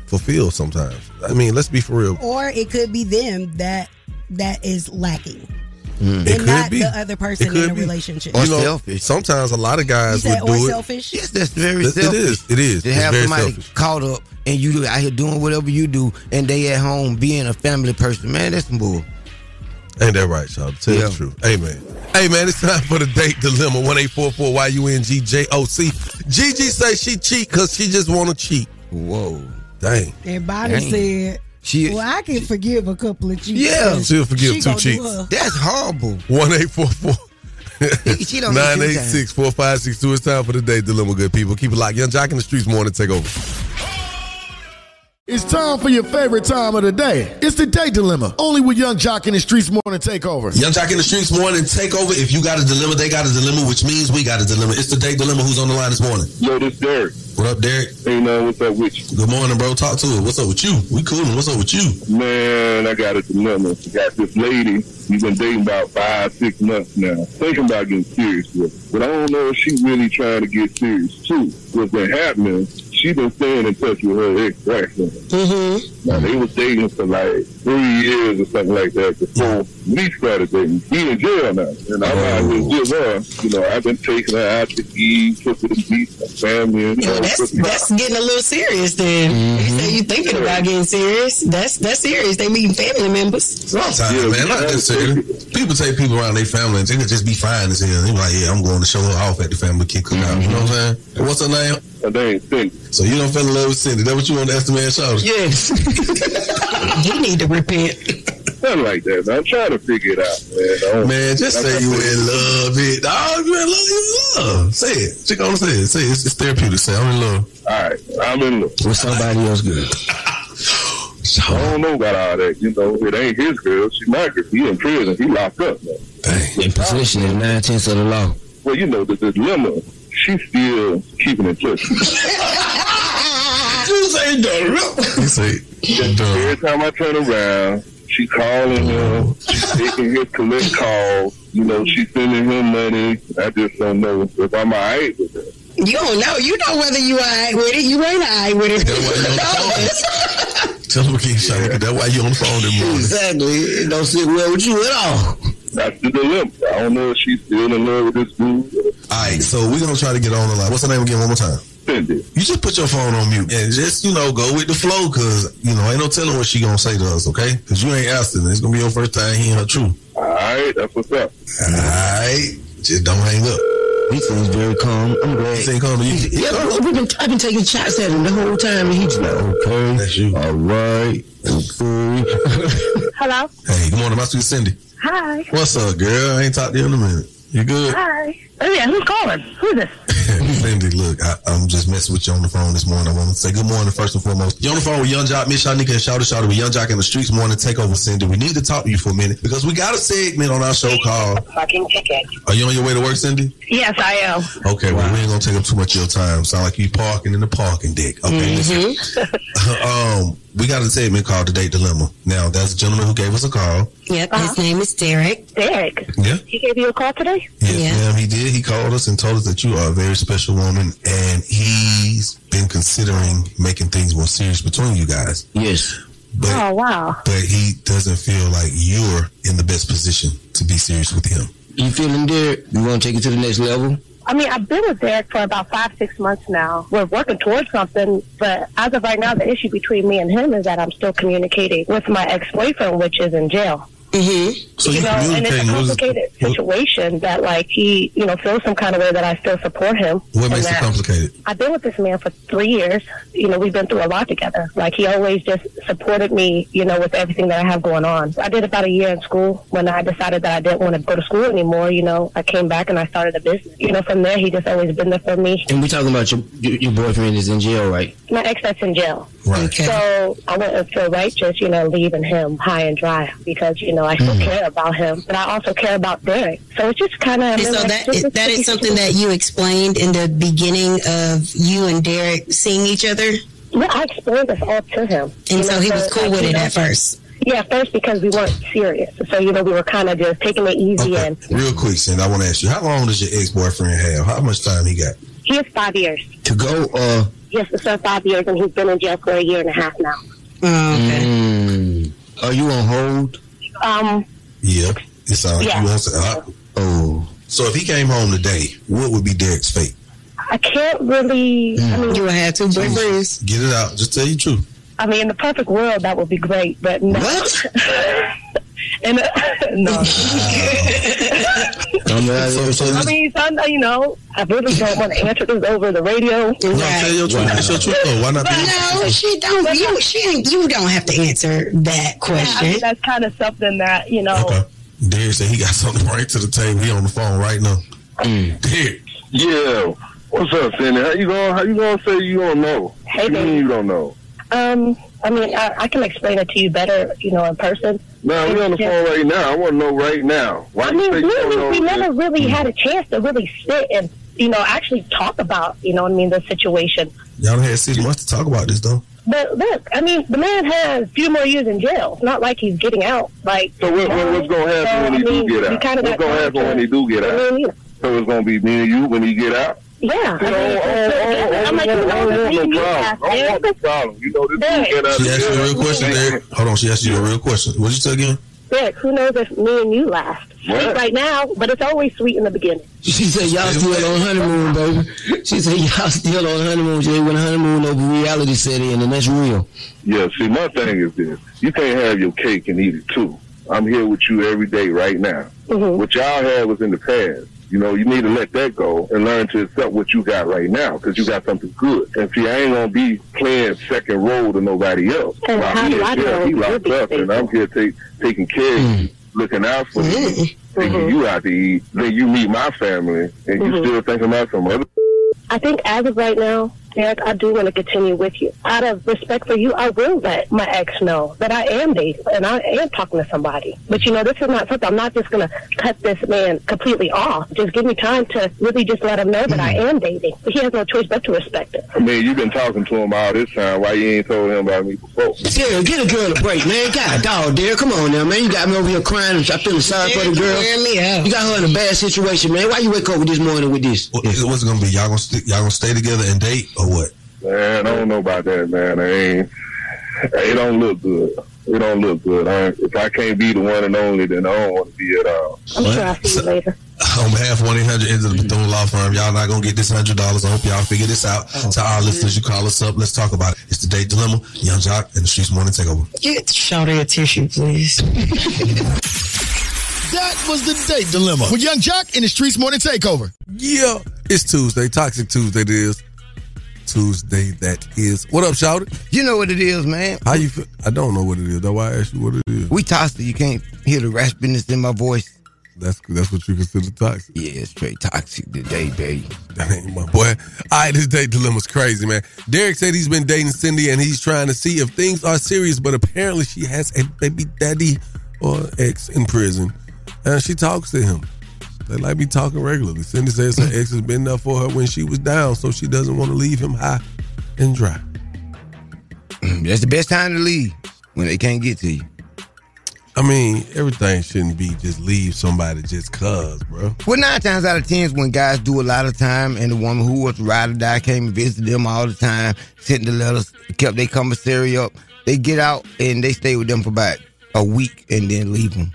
fulfilled sometimes. I mean, let's be for real.
Or it could be them that that is lacking,
It
and
could
not
be.
the other person
It could
in a
be.
relationship.
You know, Sometimes a lot of
You
guys would
said
do
or
it.
selfish. Yes,
That's very
It- it
selfish.
is. It is.
To
It's
have
very
somebody
selfish.
caught up and you out here doing whatever you do and they at home being a family person, man, that's some bull.
Ain't that right, y'all? Tell
Yeah.
the truth. Amen. Hey man, it's time for the date dilemma. One eight four four Y U N G J O C. Gigi say she cheat because she just want to cheat.
Whoa,
dang.
And Bonnie
Dang.
said,
She-
"Well, I can forgive a couple of cheats.
Yeah, she'll forgive
She
two
gonna do
cheats.
her.
That's horrible.
One eight four four.
She don't
Nine
need
eight
you
six four five six two. It's time for the day dilemma, good people. Keep it locked. Young Jock in the streets morning. Take over.
It's time for your favorite time of the day. It's the date dilemma. Only with Young Jock in the Streets Morning Takeover.
Young Jock in the Streets morning take over. If you got a dilemma, they got a dilemma, which means we got a dilemma. It's the day dilemma. Who's on the line this morning?
Yo, this Derek.
What up, Derek?
Hey, man, what's up with you?
Good morning, bro. Talk to us. What's up with you? We coolin'. What's up with you?
Man, I got a dilemma. I got this lady. We've been dating about five, six months now. Thinking about getting serious with her. But I don't know if she really trying to get serious, too. What's been happening, she been staying in touch with her ex-girlfriend. Mm-hmm. Now, they was dating for like three years or something like that before we started dating. He in jail now. And I'm out here
Oh.
with her. You know, I've been taking her out to eat, cooking to meet my family. And,
Well,
all
that's
cooking.
that's getting a little serious then.
Mm-hmm.
You say you thinking about getting serious. That's that's serious. They meeting family members.
Sometimes, man, like this, here. people take people around their family and they could just be fine as hell. They be like, yeah, I'm going to show her off at the family kick her out. You know what I'm saying? And what's her name?
Mm-hmm. Her name Cindy.
So you don't fell in love with Cindy. That what you want to ask the man, Shawty?
Yes. [laughs] you need to repent.
Something like that. Man. I'm trying to figure it out, man. I don't-
Man, just
Like I
say you
said-
in love, it. Dog, you in love, you in love. Say it. Chick on, say it. Say it. It's, it's therapeutic. Say, I'm in love.
All right, I'm in love.
With somebody else good.
I don't know about all that. You know, it ain't his girl. She my girl. He in prison. He locked up. Man.
In position is nine tenths of the law.
Well, you know, the dilemma, she's still keeping in [laughs] touch.
This ain't You say,
Every time I turn around, she calling him. She's taking his collect calls. You know, she's sending him money. I just don't know if I'm all right with it.
You don't know. You know whether you alright with it. You ain't alright with it. [laughs]
Tell him again, Shawty. That's why you on the phone that morning.
Exactly. It don't sit well with you at all. That's the dilemma. I don't know if she's still in love with this dude.
All right, so we're gonna try to get on the line. What's her name again? One more time.
Cindy.
You just put your phone on mute and just you know go with the flow, cause you know ain't no telling what she gonna say to us, okay? Cause you ain't asking. It's gonna be your first time hearing her truth.
All right, that's what's up.
All right, just don't hang up.
He seems very calm. I'm glad.
He seems calm to you.
Yeah, but we've been, I've been taking shots at him the whole time, and he's like,
Okay, that's you. All right,
Hello.
hey, good morning, my sweet Cindy.
Hi.
What's up, girl? I ain't talked to you in a minute. You good?
Hi. Oh yeah, who's calling? Who's this?
Cindy, look, I, I'm just messing with you on the phone this morning. I want to say good morning first and foremost. You're on the phone with Young Jock, Miss Shanika, and Shouter Shouter with Young Jock in the streets. Morning takeover, Cindy. We need to talk to you for a minute because we got a segment on our show called
Fucking ticket.
"Are You on Your Way to Work, Cindy?"
Yes, I am.
Okay, well, we ain't gonna take up too much of your time. Sound like you parking in the parking deck. Okay,
Mm-hmm.
listen. [laughs] um, we got a segment called "The Date Dilemma." Now, that's a gentleman who gave us a call.
Yep, his name is Derek.
Uh-huh. Derek.
Yeah.
He gave you a call today?
Yeah, he did. He called us and told us that you are a very special woman, and he's been considering making things more serious between you guys.
Yes,
but
Oh wow.
but he doesn't feel like you're in the best position to be serious with him.
You feeling Derek? You want to take it to the next level?
I mean, I've been with Derek for about five, six months now. We're working towards something, but as of right now, the issue between me and him is that I'm still communicating with my ex-boyfriend, which is in jail. Mm-hmm.
So
you
you
know, and it's a
communicating with-
complicated situation that, like, he, you know, feels some kind of way that I still support him.
What
and
makes it
that-
complicated?
I've been with this man for three years. You know, we've been through a lot together. Like he always just supported me, you know, with everything that I have going on. I did about a year in school when I decided that I didn't want to go to school anymore. You know, I came back and I started a business. You know, from there he just always been there for me.
And we're talking about your your your boyfriend is in jail, right?
My ex that's in jail.
Right.
So I wouldn't feel righteous, you know, leaving him high and dry because, you know, I
Mm-hmm.
still care about him, but I also care about Derek. So it's just kind of.
And so that is, that is something that you explained in the beginning of you and Derek seeing each other.
Yeah, I explained this all to him.
And
You
so
know,
he was cool
like,
with
you
it
know,
at first.
Yeah, first because we weren't serious. So, you know, we were kind of just taking it easy and
Real quick, Cindy, I want to ask you: How long does your ex boyfriend have? How much time he got
he is five years.
to go? Uh,
He has to serve five years and he's been in jail for a year and a half now.
Mm. Are you on hold?
Um,
yep. It sounds
Yeah.
you want to. Uh, oh, so if he came home today, what would be Derek's fate?
I can't really, I mean. You had two boyfriends.
Get it out. Just tell you the truth.
I mean, in the perfect world, that would be great, but no. What? [laughs] and, [laughs] uh,
[laughs]
no.
so, so
I
just,
mean, some, you know, I really don't want to answer this over the radio.
No,
tell your truth. That's your truth, though. Why not?
But no, she don't. You she ain't. You don't have to answer that
Yeah, I
question.
mean, that's kind of something that, you know.
Derek said
[laughs]
he got something right to the table. He on the phone right now. Derek.
Yeah. What's up, Cindy? How you going? How you gonna say you don't know? Hey, you mean you don't know?
Um, I mean, I, I can explain it to you better, you know, in person.
Now, we on the phone right now. I want to know right now. Why
I
you
mean,
take so
really,
long
we
to-
never
Mm.
really had a chance to really sit and, you know, actually talk about, you know, what I mean, the situation.
Y'all done had six months to talk about this though.
But look, I mean, the man has a few more years in jail. It's not like he's getting out. Like,
So what, what, what's going to happen when he
So, I mean,
do get
you
out?
kinda
What's
got
going to happen when he do get
I
out?
mean,
So it's going to be me and you when he oh, get out?
yeah. I mean,
I'm like, I don't want no problem. I don't want no problem. Oh, You know, this dude get out
She
of
asked you a
jail.
real question, Derek. Hold on, she asked you a real question. What'd you say again?
Rick, who knows if me and you last? Sweet
What?
right now, but it's always sweet in the beginning.
She said y'all still on honeymoon, baby. She said y'all still on honeymoon. Jay when honeymoon over reality set in, and that's real.
Yeah, see, my thing is this. You can't have your cake and eat it too. I'm here with you every day right now.
Mm-hmm.
What y'all had was in the past. You know, you need to let that go and learn to accept what you got right now because you got something good. And see, I ain't going to be playing second role to nobody else.
And
While
how
he
do
in
I
jail,
know
He
you'll
locked
be
up and I'm here take, taking care of you, looking out for you,
Mm-hmm.
taking you out to eat. Then you meet my family and
Mm-hmm.
you still thinking about some other
I think as of right now, Derek, I do want to continue with you. Out of respect for you, I will let my ex know that I am dating and I am talking to somebody. But you know, this is not something. I'm not just going to cut this man completely off. Just give me time to really just let him know that
Mm-hmm.
I am dating. He has no choice but to respect it.
I mean, you've been talking to him all this time. Why you ain't told him about me before?
Derek, get a girl a break, man. God, dog, Derek, come on now, man. You got me over here crying. I feel sorry for the girl. You got her in a bad situation, man. Why you wake up with this morning with this?
What- What's it gonna be? Y'all gonna stick? Y'all gonna stay together and date or what?
Man, I don't know about that, man. I ain't. It don't look good. It don't look good. I, if I can't be the one and only, then I don't want to be at all.
I'm sure I'll see you later.
On behalf of 1 800 into
Mm-hmm.
the Bethune Law Firm, y'all not going to get this $100. I hope y'all figure this out.
Oh.
to our listeners, you call us up. Let's talk about it. It's the Date Dilemma, Young Jock, and the Streets Morning Takeover.
Get Shawty a tissue, please.
[laughs] That was the date dilemma with Young Jock and the Streets Morning Takeover.
Yeah, it's Tuesday. Toxic Tuesday it is. Tuesday that is. What up, shout
You know what it is, man.
How you feel? I don't know what it is. That's why I asked you what it is.
We toxic. You can't hear the raspiness in my voice.
That's that's what you consider toxic.
Yeah, it's straight toxic today, baby.
That ain't my boy. All right, this date dilemma's crazy, man. Derek said he's been dating Cindy and he's trying to see if things are serious, but apparently she has a baby daddy or ex in prison, and she talks to him. They like be talking regularly. Cindy says her ex has been there for her when she was down, so she doesn't want to leave him high and dry.
Mm, That's the best time to leave when they can't get to you.
I mean, everything shouldn't be just leave somebody just cause, bro.
Well, nine times out of ten is when guys do a lot of time, and the woman who was ride or die came and visited them all the time, sent the letters, kept their commissary up. They get out and they stay with them for about a week and then leave them.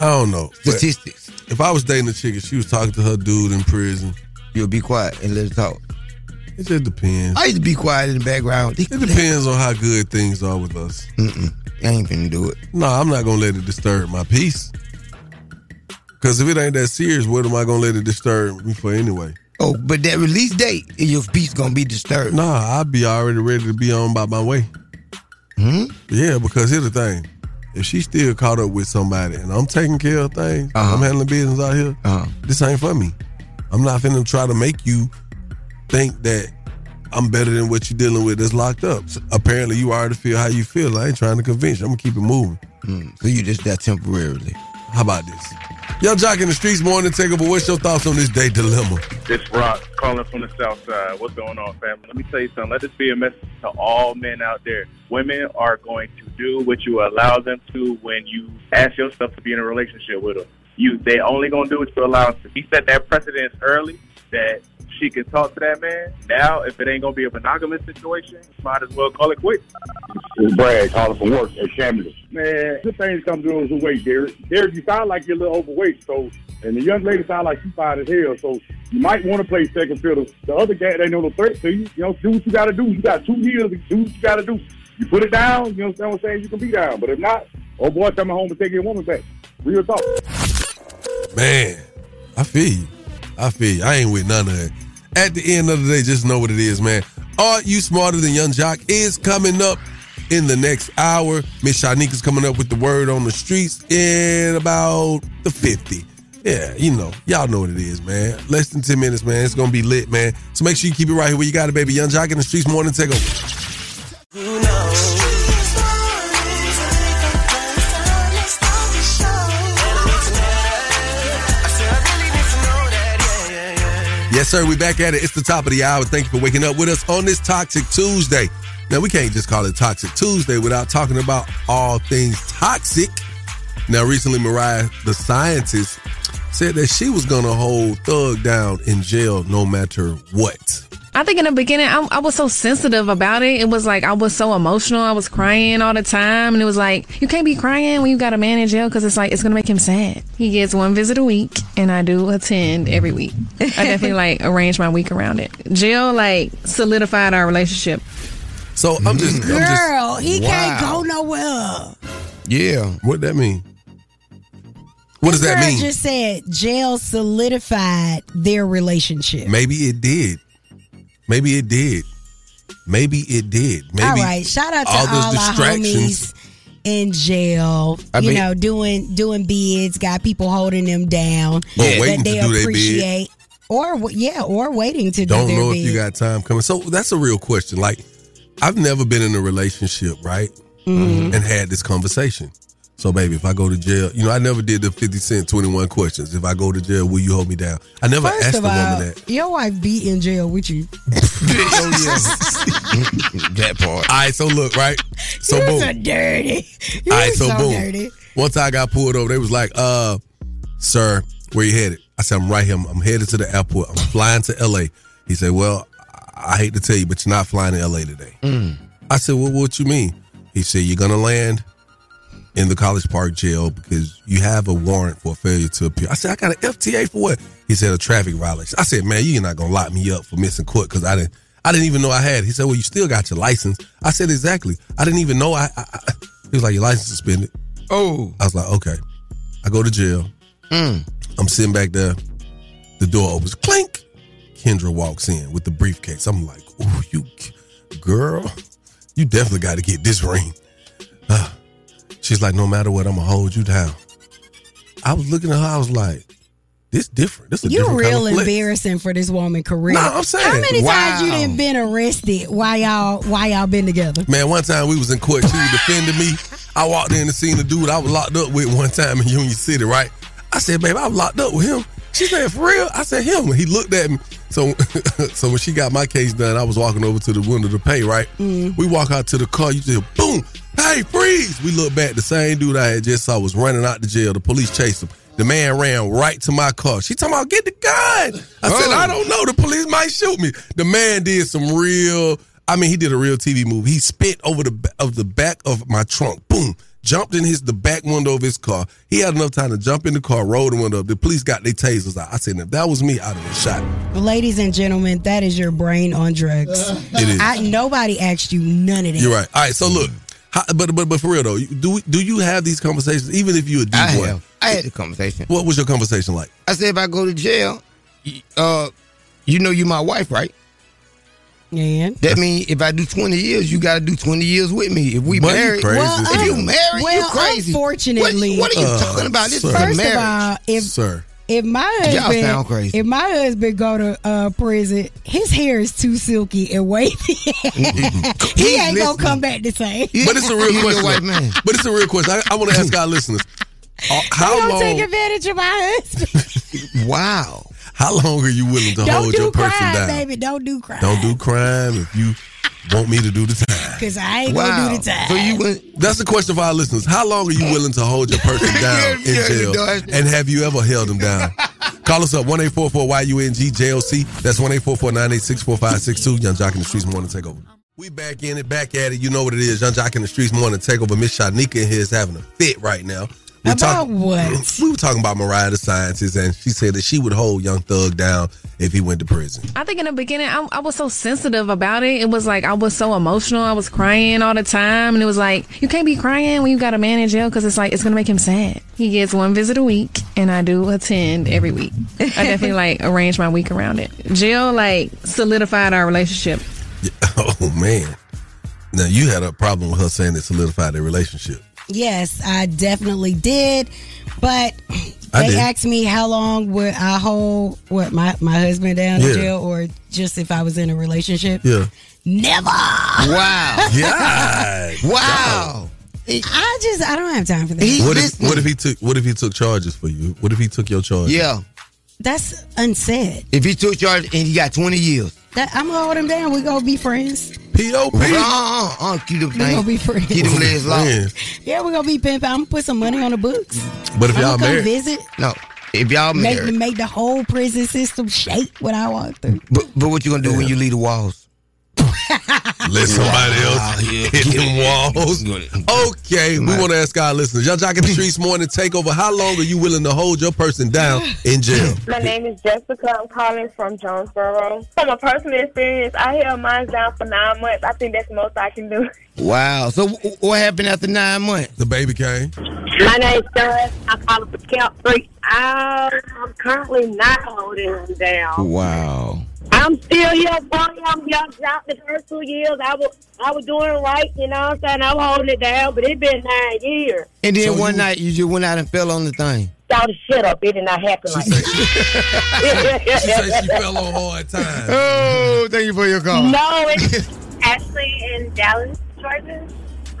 I don't know.
Statistics.
If I was dating a chick and she was talking to her dude in prison,
you'll be quiet and let her talk.
It just depends.
I used to be quiet in the background.
It depends on how good things are with us.
Mm-mm. I ain't finna do it.
No, I'm not gonna let it disturb my peace. Cause if it ain't that serious, what am I gonna let it disturb me for anyway?
Oh, but that release date, your peace gonna be disturbed.
Nah, I'd be already ready to be on by my way.
Hmm?
Yeah, because here's the thing. If she's still caught up with somebody and I'm taking care of things,
Uh-huh.
I'm handling business out here, this ain't for me. I'm not finna try to make you think that I'm better than what you're dealing with that's locked up. S- apparently, you already feel how you feel. I ain't trying to convince you. I'm gonna keep it moving.
Hmm. so you just that temporarily.
How about this? Yo, Jock in the streets, morning takeover. What's your thoughts on this day dilemma?
It's Rock calling from the South Side. What's going on, family? Let me tell you something. Let this be a message to all men out there. Women are going to do what you allow them to when you ask yourself to be in a relationship with them. You, they only gonna do what you allow them to. He set that precedence early that she can talk to that man. Now, if it ain't gonna be a monogamous situation, might as well call it quits.
It's Brad calling from work at Shamley. Man, good things come to us with weight, Derek. Derek, you sound like you're a little overweight, so and the young lady sound like she's fine as hell, so you might want to play second fiddle. The other cat ain't no little threat to you. You know, do what you gotta do. You got two years, do what you gotta do. You put it down, you know what I'm saying? You can be down. But if not, oh boy, coming home and taking your woman back. Real talk.
Man, I feel you. I feel you. I ain't with none of it. At the end of the day, just know what it is, man. Are you smarter than Young Jock is coming up in the next hour. Miss Shanika's coming up with the word on the streets in about the 50. Yeah, you know, y'all know what it is, man. Less than 10 minutes, man. It's gonna be lit, man. So make sure you keep it right here where you got it, baby. Young Jock in the streets morning take over.
You know
Yes, sir. We back at it. It's the top of the hour. Thank you for waking up with us on this Toxic Tuesday. Now we can't just call it Toxic Tuesday without talking about all things toxic. Now, recently, Mariah, the scientist, said that she was gonna hold Thug down in jail no matter what.
I think in the beginning, I, I was so sensitive about it. It was like I was so emotional. I was crying all the time. And it was like, you can't be crying when you got a man in jail because it's like, it's going to make him sad. He gets one visit a week, and I do attend every week. I definitely like arrange my week around it. Jail, like, solidified our relationship.
So I'm just, I'm just-
Girl, he can't
Wow.
go nowhere.
Yeah, what that mean? What does that
Girl
mean?
just said jail solidified their relationship.
Maybe it did. Maybe it did. Maybe it did. Maybe
all right, shout out to all,
those
our homies in jail.
I
you
mean-
know, doing doing bids, got people holding them down
Or waiting
that they
to do their bid.
appreciate, or wa- yeah, or waiting to
Don't
do their
know
bid.
if you got time coming. So that's a real question. Like, I've never been in a relationship, right?
Mhm.
And had this conversation. So, baby, if I go to jail, you know, I never did the 50 Cent 21 questions. If I go to jail, will you hold me down? I never
First
asked
of
a woman
all,
that. Oh,
your wife be in jail
[laughs]
with you. [laughs]
that part. All right, so look, right? So
You
boom.
so dirty. [laughs] You so dirty.
Once I got pulled over, they was like, uh, sir, where you headed? I said, I'm right here. I'm, I'm headed to the airport. I'm flying to LA. He said, Well, I I hate to tell you, but you're not flying to LA today.
Mm.
I said, Well, what you mean? He said, You're gonna land in the College Park jail because you have a warrant for failure to appear. I said, I got an FTA for what? He said, a traffic violation. I said, man, you're not gonna lock me up for missing court because I didn't, I didn't even know I had. it." He said, well, you still got your license. I said, exactly. I didn't even know I. I, I. He was like, your license suspended. Oh. I was like, okay. I go to jail. I'm sitting back there. The door opens. Clink. Kendra walks in with the briefcase. I'm like, ooh, you k- girl, you definitely got to get this ring. Ah. She's like, no matter what, I'm gonna hold you down. I was looking at her. I was like, this different. This is a
You
different
real
kind of flick.
embarrassing for this woman career.
Nah, I'm saying.
How many times you
Wow.
done been arrested while y'all while y'all been together? [laughs]
Man, one time we was in court, she was defending me. I walked in and seen the dude I was locked up with one time in Union City, right? I said, babe, I was locked up with him. She said, for real? I said, him. He looked at me. So [laughs] so when she got my case done, I was walking over to the window to pay, right? mm, We walk out to the car, you just boom, hey, freeze. We look back, the same dude I had just saw was running out the jail. The police chased him. The man ran right to my car. She talking about get the gun. I said, I don't know. The police might shoot me. The man did some real. I mean, he did a real TV move. He spit over the ba- of the back of my trunk. Boom. Jumped in his the back window of his car. He had enough time to jump in the car, roll the window up. The police got their tasers out. I said, if that was me, I'd have been shot.
Ladies and gentlemen, that is your brain on drugs.
It is.
I, nobody asked you none of that.
You're right. All right. So look, how, but but but for real though, you- do we- do you have these conversations? Even if you a D boy,
I had the conversation.
what was your conversation like?
I said, if I go to jail, y- uh, you know you my wife, right?
Yeah.
That mean if I do 20 years, you got to do 20 years with me. If we
But you
married,
crazy. Well,
if you
I'm-
married,
well,
you crazy.
unfortunately-
What, what are you
Uh,
talking about? This
sir.
is a
First
marriage.
of all, if
Sir.
if my
Y'all
husband
sound crazy.
if my husband go to uh, prison, his hair is too silky
[laughs]
and wavy. he ain't
Listen.
gonna come back the
[laughs]
same.
But it's a
[laughs]
real question. though. But it's a real question. I, I want to ask our listeners. uh,
How
how
don't
long?
take advantage of my husband.
Wow. How long are you willing to
Don't
hold your
do
person
crime,
down?
baby. Don't do crime.
Don't do crime if you want me to do the time.
Cause I ain't gonna do the time.
That's the question for our listeners. How long are you willing to hold your
[laughs]
person down in
Yeah, yeah,
jail?
you know,
And have you ever held them down? Call us up one eight four four Y U N G J O C. That's one eight four four nine eight six four five six two. Young Jock in the Streets Morning Takeover. We back in it, back at it. You know what it is. Young Jock in the Streets Morning Takeover. Miss Shanika here is having a fit right now. We
About what?
We were talking about Mariah the Scientist, and she said that she would hold Young Thug down if he went to prison. [laughs]
I think in the beginning, I, I was so sensitive about it. It was like I was so emotional. I was crying all the time. And it was like, you can't be crying when you got a man in jail because it's like, it's going to make him sad. He gets one visit a week, and I do attend every week. I definitely [laughs] like arrange my week around it. Jail, like, solidified our relationship.
Oh man! Now you had a problem with her saying it solidified their relationship.
Yes, I definitely did. But
I
they
did.
asked me how long would I hold what my, my husband down
Yeah.
in jail or just if I was in a relationship.
Yeah.
Never.
Wow.
[laughs] Yeah.
wow.
I just I don't have time for that.
What if, what if he took What if he took charges for you? What if he took your charges?
Yeah.
that's unsaid.
If he took charge and he got 20 years.
That I'm gonna hold him down. We gonna be friends.
P.O.P.
Uh-uh, uh-uh, keep them
We gonna be friends.
Keep them legs long.
Yeah, we gonna be pimping. I'm gonna put some money on the books.
But if
I'ma
y'all
come
married-
visit,
No, if y'all
make the
married.
make the whole prison system shake when I walk through.
But, but what you gonna do when you leave the walls?
Let somebody else hit them walls. Okay, we want to ask our listeners. Y'all jocking the streets morning takeover. How long are you willing to hold your person down in jail?
My name is Jessica. I'm calling from Jonesboro. From a personal experience, I held mine down for nine months. I think that's the most I can do.
Wow. So w- what happened after nine months?
The baby came.
My name's Doris. I'm calling from Camp 3. I'm currently not holding him down.
Wow.
I'm still your boy. I'm young. Out the first two years, I was I was doing right. You know what I'm saying? I was holding it down, but it been nine years.
And then one night you just went out and fell on the thing.
Y'all to shut up. It did not happen like that.
[laughs] she said she fell on hard time.
[laughs] Oh, thank you for your call.
No, it's
Ashley in Dallas, Georgia.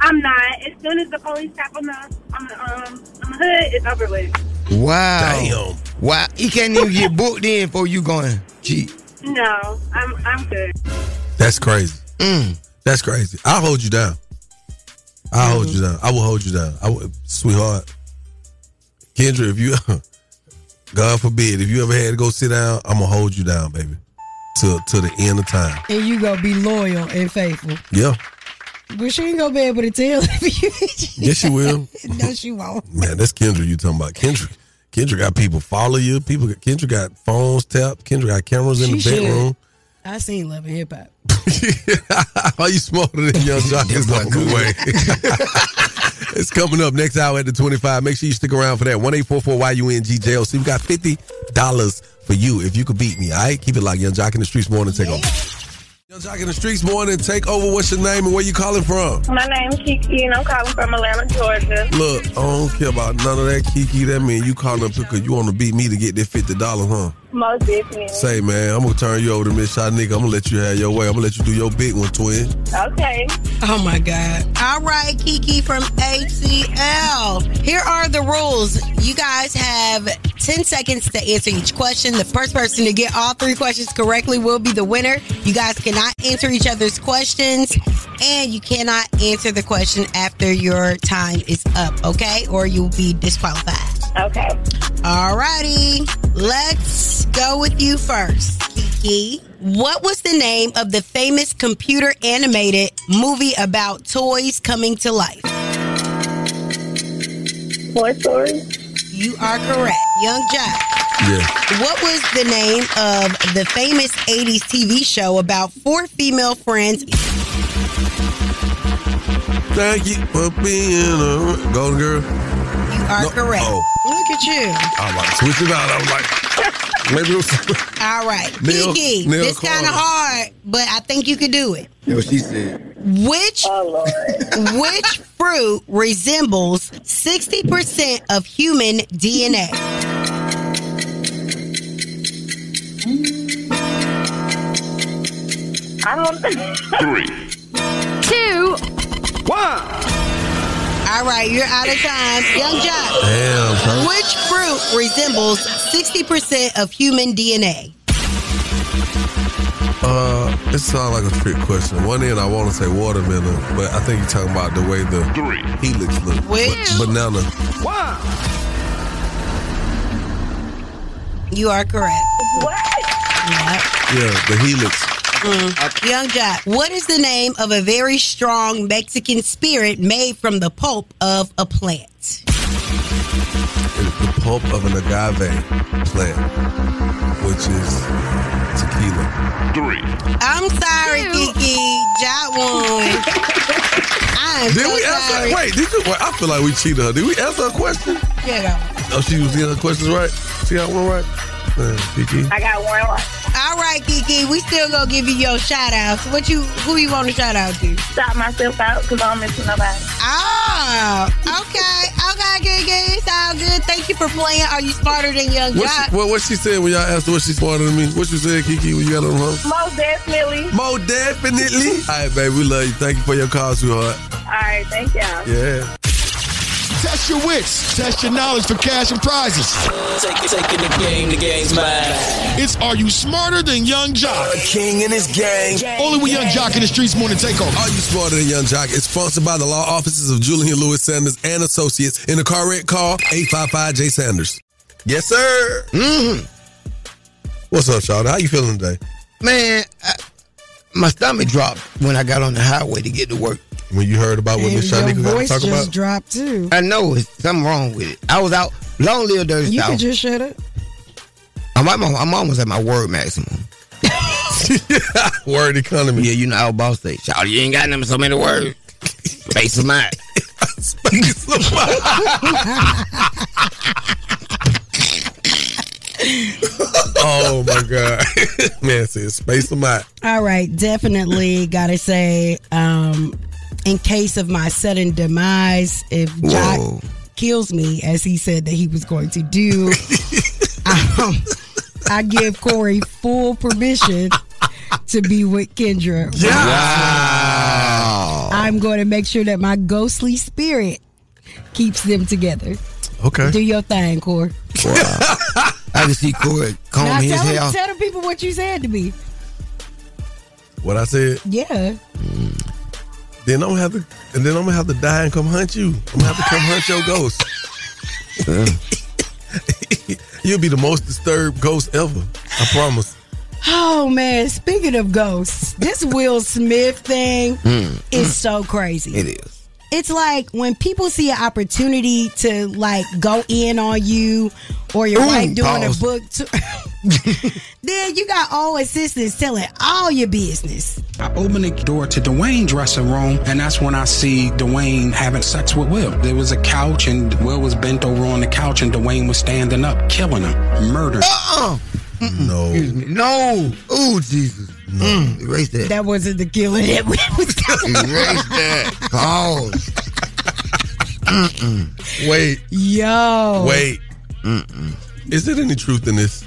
I'm not. As soon as the police tap on the on the um on the hood, it's over with.
[laughs] Wow. Damn. Wow. He can't even get booked in before you going. Gee.
No, I'm I'm good.
That's crazy.
Mm.
That's crazy. I'll hold you down. I'll hold you
Mm-hmm.
down. I will hold you down. I will, sweetheart. Kendra, if you, [laughs] God forbid, if you ever had to go sit down, I'm going to hold you down, baby. Till, till the end of time.
And you gonna be loyal and faithful.
Yeah.
But she ain't gonna be able to tell if you
Yes, you
[laughs]
will.
No, she won't.
Man, that's Kendra you talking about. Kendra. Kendra got people follow you. People. Kendra got phones tapped. Kendra got cameras in
She
the
should.
bedroom.
I seen Love and Hip
[laughs]
Hop.
Are you smarter than Young Jock? It's on the way. [laughs] it's coming up next hour at the 25. Make sure you stick around for that. 1-844-YUNG jail. See, we got $50 for you if you could beat me. All right? Keep it locked. Young Jock in the streets morning take over. Young Jock in the streets morning take over. What's your name and where you calling from?
My name's Kiki, and I'm calling from Atlanta, Georgia.
Look, I don't care about none of that, Kiki. That mean you calling up because you want to beat me to get that $50, huh?
Most definitely.
Say, man, I'm going to turn you over to Miss Shot Nigga. I'm going to let you have your way. I'm going to let you do your big one, twin.
Okay.
Oh my God. All right, Kiki from HCL. Here are the rules. You guys have 10 seconds to answer each question. The first person to get all three questions correctly will be the winner. You guys cannot answer each other's questions, and you cannot answer the question after your time is up, okay? Or you'll be disqualified.
Okay.
All righty. Let's go with you first, Kiki. What was the name of the famous computer animated movie about toys coming to life?
Toy Story.
You are correct. Young Jack.
Yeah.
What was the name of the famous 80s TV show about four female friends?
Thank you for being a golden girl.
You are
No,
correct.
oh.
Look at you.
I was like, switch it out. I was like, [laughs] maybe it was.
All right.
Neil-
Kiki,
Neil
it's kind
Carter.
of hard, but I think you could do it.
what she said.
Which
Oh, [laughs]
which fruit resembles sixty percent of human DNA?
I don't think.
Three.
Two. One. All right, you're out of time, young Jock.
Damn, son.
Which fruit resembles sixty percent of human DNA?
Uh, it sounds like a trick question. One end, I want to say watermelon, but I think you're talking about the way the Three. helix look.
Well.
Ba- banana.
You are correct.
Yeah, the helix.
Mm. Young Jock, what is the name of a very strong Mexican spirit made from the pulp of a plant?
It's the pulp of an agave plant, which is tequila. Three.
I'm sorry, Kiki.
[laughs]
Jot won. I'm
Did
so
we
sorry.
answer? Wait, did you? Wait, I feel like we cheated her. Did we answer a question?
Yeah.
Oh, she was getting her questions right. She got one right. Man, Kiki.
I got one right.
All right, Kiki. We still gonna give you your shout outs. What you? Who you want to shout out to?
Stop myself out because I don't miss nobody.
Oh, okay, okay, Kiki. It's all good. Thank you for playing. Are you smarter than Young
What she,
Jock?
what, what she said when y'all asked her what she smarter than me? What you said, Kiki, when you got on the phone?
Most definitely.
Mo, definitely. All right, babe, we love you. Thank you for your call, sweetheart.
All right. Thank y'all.
Yeah.
Test your wits. Test your knowledge for cash and prizes.
Take it, taking the game, the game's mine.
It's Are You Smarter Than Young Jock?
king in his gang.
Only with Young Jock in the streets morning takeover.
Are you smarter than Young Jock? It's sponsored by the law offices of Julian Lewis Sanders and Associates. In the car wreck, call 855 J Sanders. Yes, sir. Mm-hmm. What's up, Shawty? How you feeling today?
Man, I, my stomach dropped when I got on the highway to get to work.
When you heard about Oh, what
And
Miss
your
Shanika got to
voice
talk
just
about?
dropped too.
I know it's something wrong with it. I was out long live dirty
You
South.
could just shut up.
I'm, I'm, I'm almost at my word maximum.
[laughs] word economy.
Yeah, you know how boss say, "Shout, you ain't got them so many
[laughs]
words." Space them out.
Space them oh my god, [laughs] man! Says space them out.
All right, definitely gotta say, um, in case of my sudden demise, if Jock kills me, as he said that he was going to do, um, I give Corey full permission to be with Kendra.
Wow.
I'm going to make sure that my ghostly spirit keeps them together.
Okay.
Do your thing, Corey.
I can see Corey
Now
comb his
tell,
hair.
tell the people what you said to me.
What I said?
Yeah.
Then I'm gonna have to, and then I'm gonna have to die and come hunt you. I'm gonna have to come hunt your ghost. You'll be the most disturbed ghost ever. I promise.
Oh man, speaking of ghosts, this Will Smith thing
Mm.
is so crazy.
It is.
It's like when people see an opportunity to like go in on you or your
Ooh,
wife doing
pause.
a book tour. [laughs] then you got all assistants telling all your business. [laughs]
I opened the door to Dwayne's dressing room, and that's when I see Dwayne having sex with Will. There was a couch, and Will was bent over on the couch, and Dwayne was standing up, killing him, murder.
Uh-uh.
No.
Excuse me. No. Oh, Jesus. No. erase that.
That wasn't the killing. It was
erase
Mm.
that. Pause.
Oh. Mm-mm. Wait.
Yo.
Wait. Mm-mm. Is there any truth in this?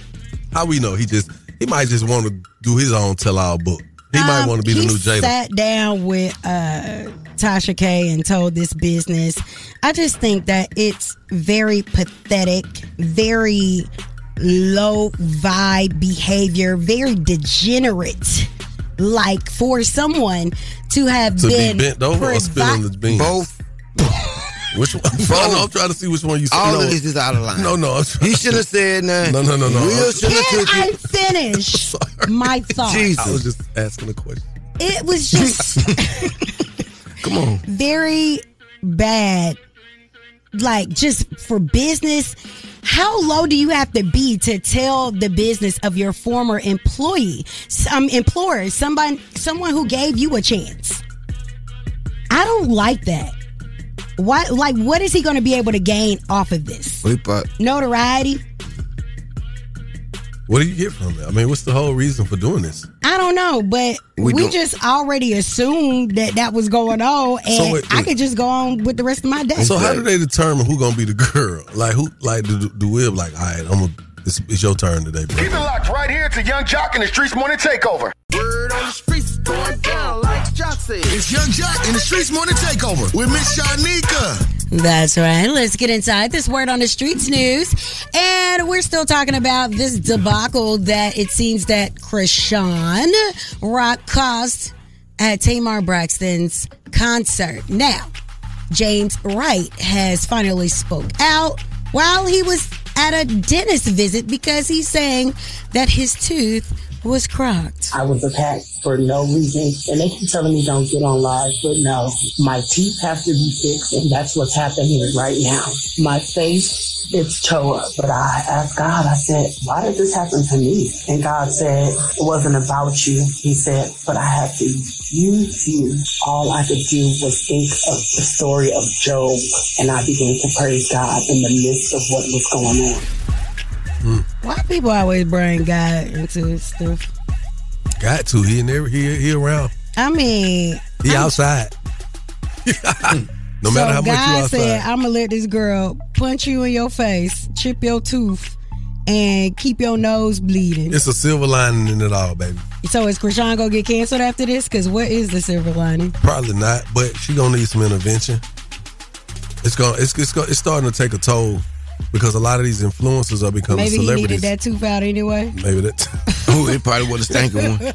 How we know he just he might just want to do his own tell-all book. He might
Um,
want to be the
he
new Jada.
Sat down with uh, Tasha K and told this business. I just think that it's very pathetic, very low vibe behavior, very degenerate. Like for someone to have
to
been
be bent over or spit on the beans? Both. [laughs] Which one? [laughs] No, no, I'm trying to see which one you.
All
no.
of this is out of line.
No, no. I'm trying-
He should have said nothing.
No, no, no, no.
Will should have
Can
took
I
it.
[laughs]
finish my thought?
I was just asking a question.
It was just
Come on.
very bad. Like just for business, how low do you have to be to tell the business of your former employee, some employer, somebody, someone who gave you a chance? I don't like that. Why? Like, what is he going to be able to gain off of this
Sleep up.
notoriety?
What do you get from it? I mean, what's the whole reason for doing this?
I don't know, but
We
we,
don't-
just already assumed that that was going on, and
So wait,
I
wait.
could just go on with the rest of my day.
So how do they determine who gonna be the girl? Like who? Like do do Will? Like all right, I'm gonna. It's, it's your turn today, bro.
Keep it locked right here to Young Jock in the streets morning takeover.
Word on the streets is going down like Jock said.
It's Young Jock in the streets morning takeover with Miss Shanika.
That's right. Let's get inside this word on the streets news. And we're still talking about this debacle that it seems that Krishan Rock caused at Tamar Braxton's concert. Now, James Wright has finally spoke out while he was at a dentist visit because he's saying that his tooth was crocked.
I was attacked for no reason. And they keep telling me don't get on live, but no. My teeth have to be fixed, and that's what's happening right now. My face, it's toe up. But I asked God, I said, why did this happen to me? And God said, it wasn't about you. He said, but I had to use you. All I could do was think of the story of Job, and I began to praise God in the midst of what was going on.
Why people always bring God into stuff?
Got to. He never. He he around.
I mean,
He outside. [laughs] no matter how much
so
you
God
outside.
said, "I'm gonna let this girl punch you in your face, chip your tooth, and keep your nose bleeding."
it's a silver lining in it all, baby.
so is Krishan gonna get canceled after this? Because what is the silver lining?
Probably not, but she gonna need some intervention. It's going. It's it's, gonna, it's starting to take a toll because a lot of these influencers are becoming
Maybe he needed
celebrities.
that tooth out anyway.
Maybe that. [laughs] oh, it probably was a stinking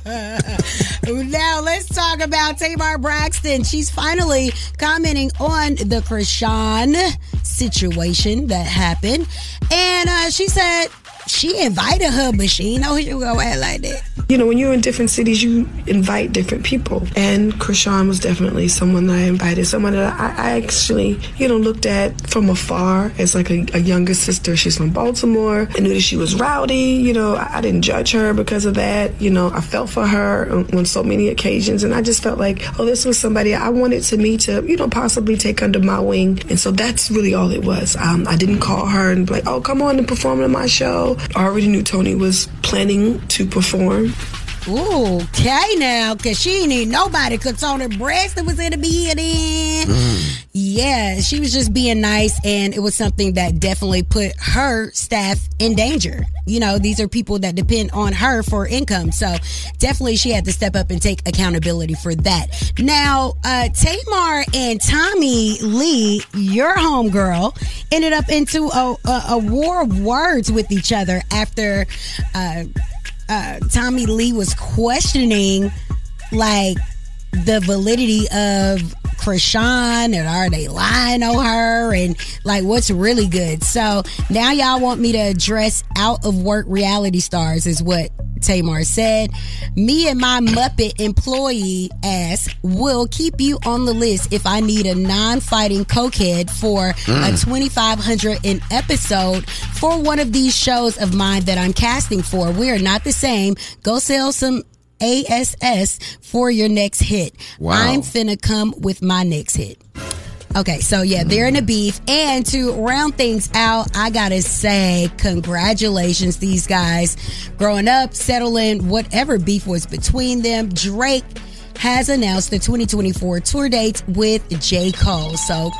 [laughs] now let's talk about Tamar Braxton. She's finally commenting on the Krishan situation that happened, and uh, she said she invited her, but she didn't know she was gonna act like that.
You know, when you're in different cities, you invite different people. And Krishan was definitely someone that I invited, someone that I, I actually, you know, looked at from afar as like a, a younger sister. She's from Baltimore. I knew that she was rowdy. You know, I, I didn't judge her because of that. You know, I felt for her on, on so many occasions. And I just felt like, oh, this was somebody I wanted to meet to, you know, possibly take under my wing. And so that's really all it was. Um, I didn't call her and be like, oh, come on and perform at my show. I already knew Tony was planning to perform.
Ooh, okay now, cause she ain't need nobody cause on her breast that was in the building. Yeah, she was just being nice, and it was something that definitely put her staff in danger. You know, these are people that depend on her for income. So definitely she had to step up and take accountability for that. Now, uh, Tamar and Tommy Lee, your homegirl, ended up into a, a, a war of words with each other after uh, uh, Tommy Lee was questioning, like, the validity of Krishan and are they lying on her and like what's really good. So now y'all want me to address out of work reality stars is what Tamar said. Me and my Muppet employee ass will keep you on the list if I need a non-fighting cokehead for a
Mm.
2500 an episode for one of these shows of mine that I'm casting for. We are not the same. Go sell some ASS for your next hit.
Wow.
I'm finna come with my next hit. Okay, so yeah, they're in a beef. And to round things out, I gotta say, congratulations, these guys. Growing up, settling whatever beef was between them. Drake has announced the 2024 tour dates with J. Cole. So,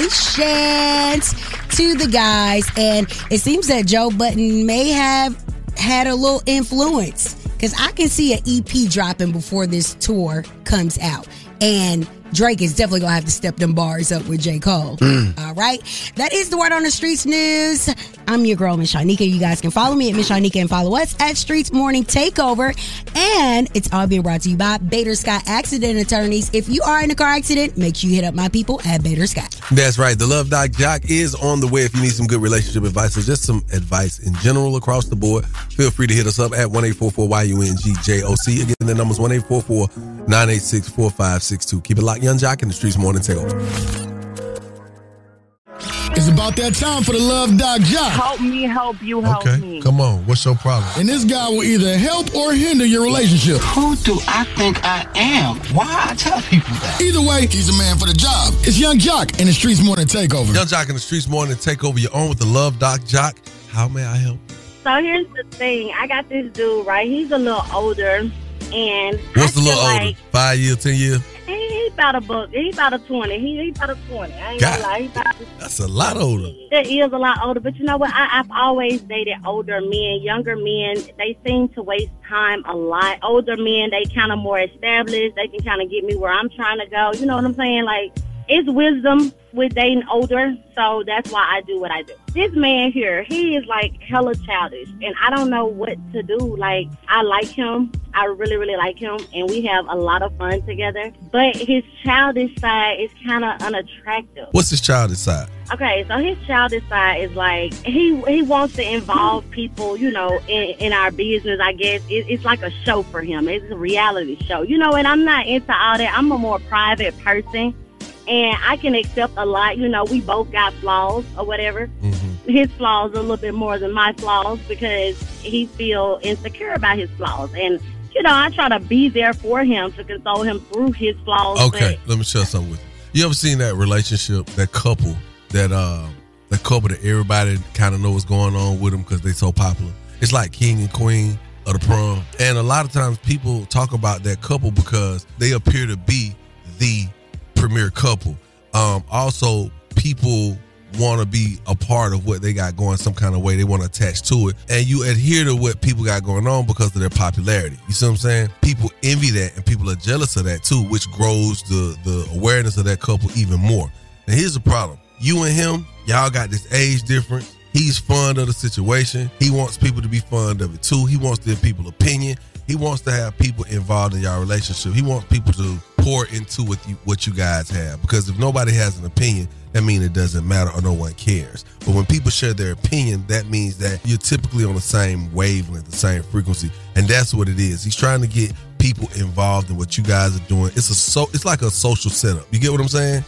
congratulations to the guys. And it seems that Joe Button may have had a little influence because I can see an EP dropping before this tour comes out. And Drake is definitely going to have to step them bars up with J. Cole.
Mm.
All right. That is the word on the streets news. I'm your girl, Miss Shanika. You guys can follow me at Miss Shanika and follow us at Streets Morning Takeover. And it's all being brought to you by Bader Scott Accident Attorneys. If you are in a car accident, make sure you hit up my people at Bader Scott.
[laughs] That's right. The Love Doc Jock is on the way. If you need some good relationship advice or just some advice in general across the board, feel free to hit us up at 1 844 YUNGJOC. Again, the number's 1 844 986 4562. Keep it locked, Young Jock, in the streets morning takeover.
It's about that time for the Love Doc Jock. Help
me help you help me.
Come on. What's your problem?
And this guy will either help or hinder your relationship. Who do I think I am? Why I tell people that? Either way, he's a man for the job. It's Young Jock and the Streets Morning Takeover.
Young Jock in the streets morning takeover. You're on with the Love Doc Jock. How may I help?
So here's the thing. I got this dude, right? He's a little older and
What's the
I feel
little older?
like
Five year, ten year?
he, he about a book. He about a twenty. He, he about a twenty. I ain't
God.
gonna lie. He about
That's a lot older.
that he is a lot older, but you know what? I, I've always dated older men, younger men. They seem to waste time a lot. Older men, they kind of more established. They can kind of get me where I'm trying to go. You know what I'm saying? Like it's wisdom with dating older, so that's why I do what I do. This man here, he is like hella childish, and I don't know what to do. Like I like him, I really really like him, and we have a lot of fun together. But his childish side is kind of unattractive.
What's his childish side?
Okay, so his childish side is like he he wants to involve people, you know, in, in our business. I guess it, it's like a show for him. It's a reality show, you know. And I'm not into all that. I'm a more private person, and I can accept a lot. You know, we both got flaws or whatever. His flaws are a little bit more than my flaws because he feel insecure about his flaws, and you know, I try to be there for him to console him through his flaws. but-
Okay, let me share something with you. You ever seen that relationship, that couple, that uh, that couple that everybody kind of know what's going on with them because they so popular? It's like king and queen of the prom, and a lot of times people talk about that couple because they appear to be the premier couple. Um, also, people want to be a part of what they got going some kind of way. They want to attach to it. And you adhere to what people got going on because of their popularity. You see what I'm saying? People envy that and people are jealous of that too, which grows the the awareness of that couple even more. Now here's the problem. You and him, y'all got this age difference. He's fond of the situation. He wants people to be fond of it too. He wants their people opinion. He wants to have people involved in y'all relationship. He wants people to pour into what you what you guys have. Because if nobody has an opinion, that means it doesn't matter or no one cares. But when people share their opinion, that means that you're typically on the same wavelength, the same frequency. And that's what it is. He's trying to get people involved in what you guys are doing. It's a so it's like a social setup. You get what I'm saying?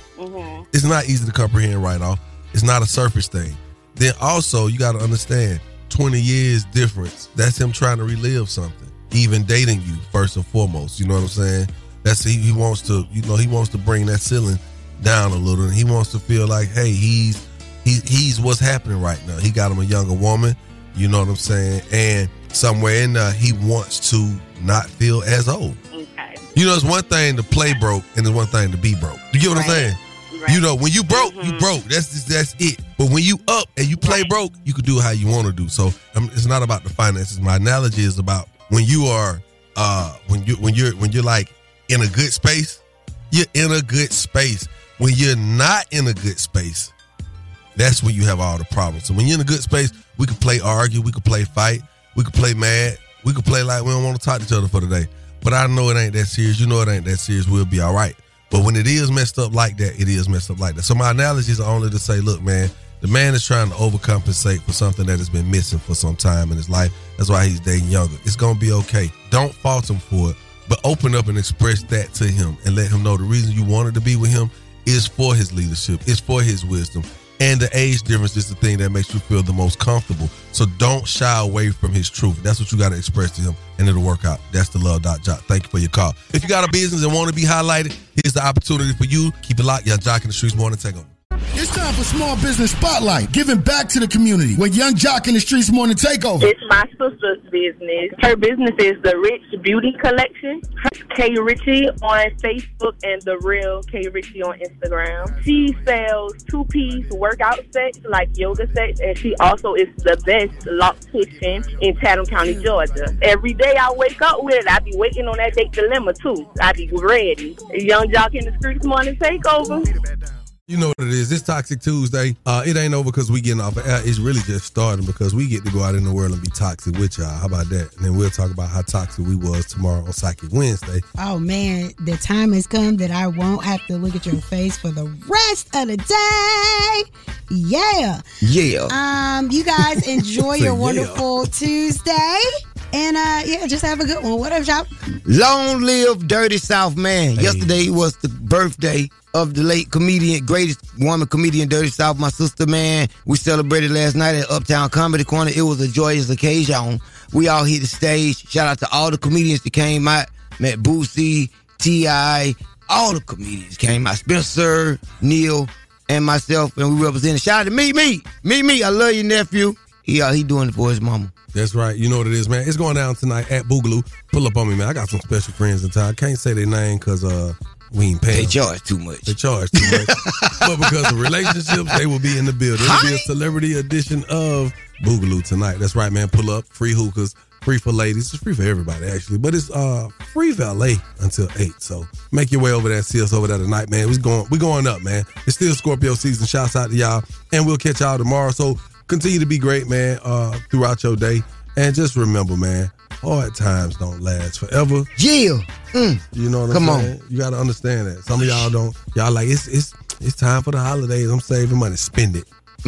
It's not easy to comprehend right off. It's not a surface thing. Then also, you got to understand 20 years difference. That's him trying to relive something. Even dating you first and foremost, you know what I'm saying? That's he, he wants to, you know, he wants to bring that ceiling down a little and he wants to feel like, hey, he's he, he's what's happening right now. He got him a younger woman, you know what I'm saying? And somewhere in there, he wants to not feel as old.
Okay.
You know, it's one thing to play broke, and it's one thing to be broke. You get what I'm saying? You know, when you broke, you broke. That's just, that's it. But when you up and you play broke, you can do how you want to do. So um, it's not about the finances. My analogy is about when you are, uh, when you when you're when you're like in a good space, you're in a good space. When you're not in a good space, that's when you have all the problems. So when you're in a good space, we can play argue, we can play fight, we can play mad, we can play like we don't want to talk to each other for the day. But I know it ain't that serious. You know it ain't that serious. We'll be all right. But when it is messed up like that, it is messed up like that. So my analogies are only to say, look, man, the man is trying to overcompensate for something that has been missing for some time in his life. That's why he's dating younger. It's gonna be okay. Don't fault him for it, but open up and express that to him and let him know the reason you wanted to be with him is for his leadership, it's for his wisdom. And the age difference is the thing that makes you feel the most comfortable. So don't shy away from his truth. That's what you got to express to him, and it'll work out. That's the love dot jock. Thank you for your call. If you got a business and want to be highlighted, here's the opportunity for you. Keep it locked. Y'all jock in the streets morning. Take over.
It's time for Small Business Spotlight, giving back to the community with Young Jock in the Streets Morning Takeover.
[laughs] It's my sister's business. Her business is the Rich Beauty Collection. Her K Richie on Facebook and the real K Richie on Instagram. She sells two piece workout sets like yoga sets, and she also is the best lock kitchen in Chatham County, Georgia. Every day I wake up with it, I be waiting on that date dilemma too. I be ready. Young Jock in the Streets Morning Takeover.
You know what it is. It's Toxic Tuesday. Uh, it ain't over because we getting off. air. It's really just starting because we get to go out in the world and be toxic with y'all. How about that? And then we'll talk about how toxic we was tomorrow on Psychic Wednesday.
Oh man, the time has come that I won't have to look at your face for the rest of the day. Yeah.
Yeah.
Um,
[laughs]
you guys enjoy
Say yeah.
your wonderful Tuesday. And uh yeah, just have a good one. What up, y'all?
Long live Dirty South Man. Yesterday was the birthday of the late comedian, greatest woman comedian, Dirty South, my sister, man. We celebrated last night at Uptown Comedy Corner. It was a joyous occasion. We all hit the stage. Shout out to all the comedians that came out. Met Boosie, T.I., all the comedians came out. Spencer, Neil, and myself, and we represented. Shout out to me, me, me, me. I love you, nephew. He, uh, he doing it for his mama.
That's right. You know what it is, man. It's going down tonight at Boogaloo. Pull up on me, man. I got some special friends in town. I can't say their name because uh, we ain't paying. They
charge too much.
They charge too much.
[laughs]
but because of relationships, they will be in the building. It'll be a celebrity edition of Boogaloo tonight. That's right, man. Pull up. Free hookers. Free for ladies. It's free for everybody, actually. But it's uh free valet until 8. So make your way over there and see us over there tonight, man. We're going, we going up, man. It's still Scorpio season. Shouts out to y'all. And we'll catch y'all tomorrow. So continue to be great, man, uh, throughout your day. And just remember, man, hard times don't last forever.
Yeah. Mm.
You know what
Come
I'm
on.
saying? You gotta understand that. Some of y'all don't y'all like it's it's it's time for the holidays. I'm saving money. Spend it.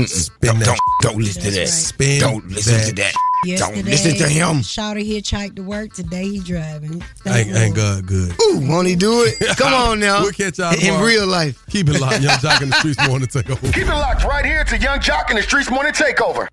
Spend that.
Don't, listen to that.
Spend
Don't listen to that.
Yesterday,
Don't listen to him.
Shouted hitchhiked to work. Today he driving.
Ain't, ain't God good.
Ooh, won't he do
[laughs]
it? Come on now.
We'll catch y'all
In
tomorrow.
real life. [laughs]
Keep it locked. Young Jock in the streets morning take over.
Keep it locked right here to Young Jock in the Streets Morning Takeover.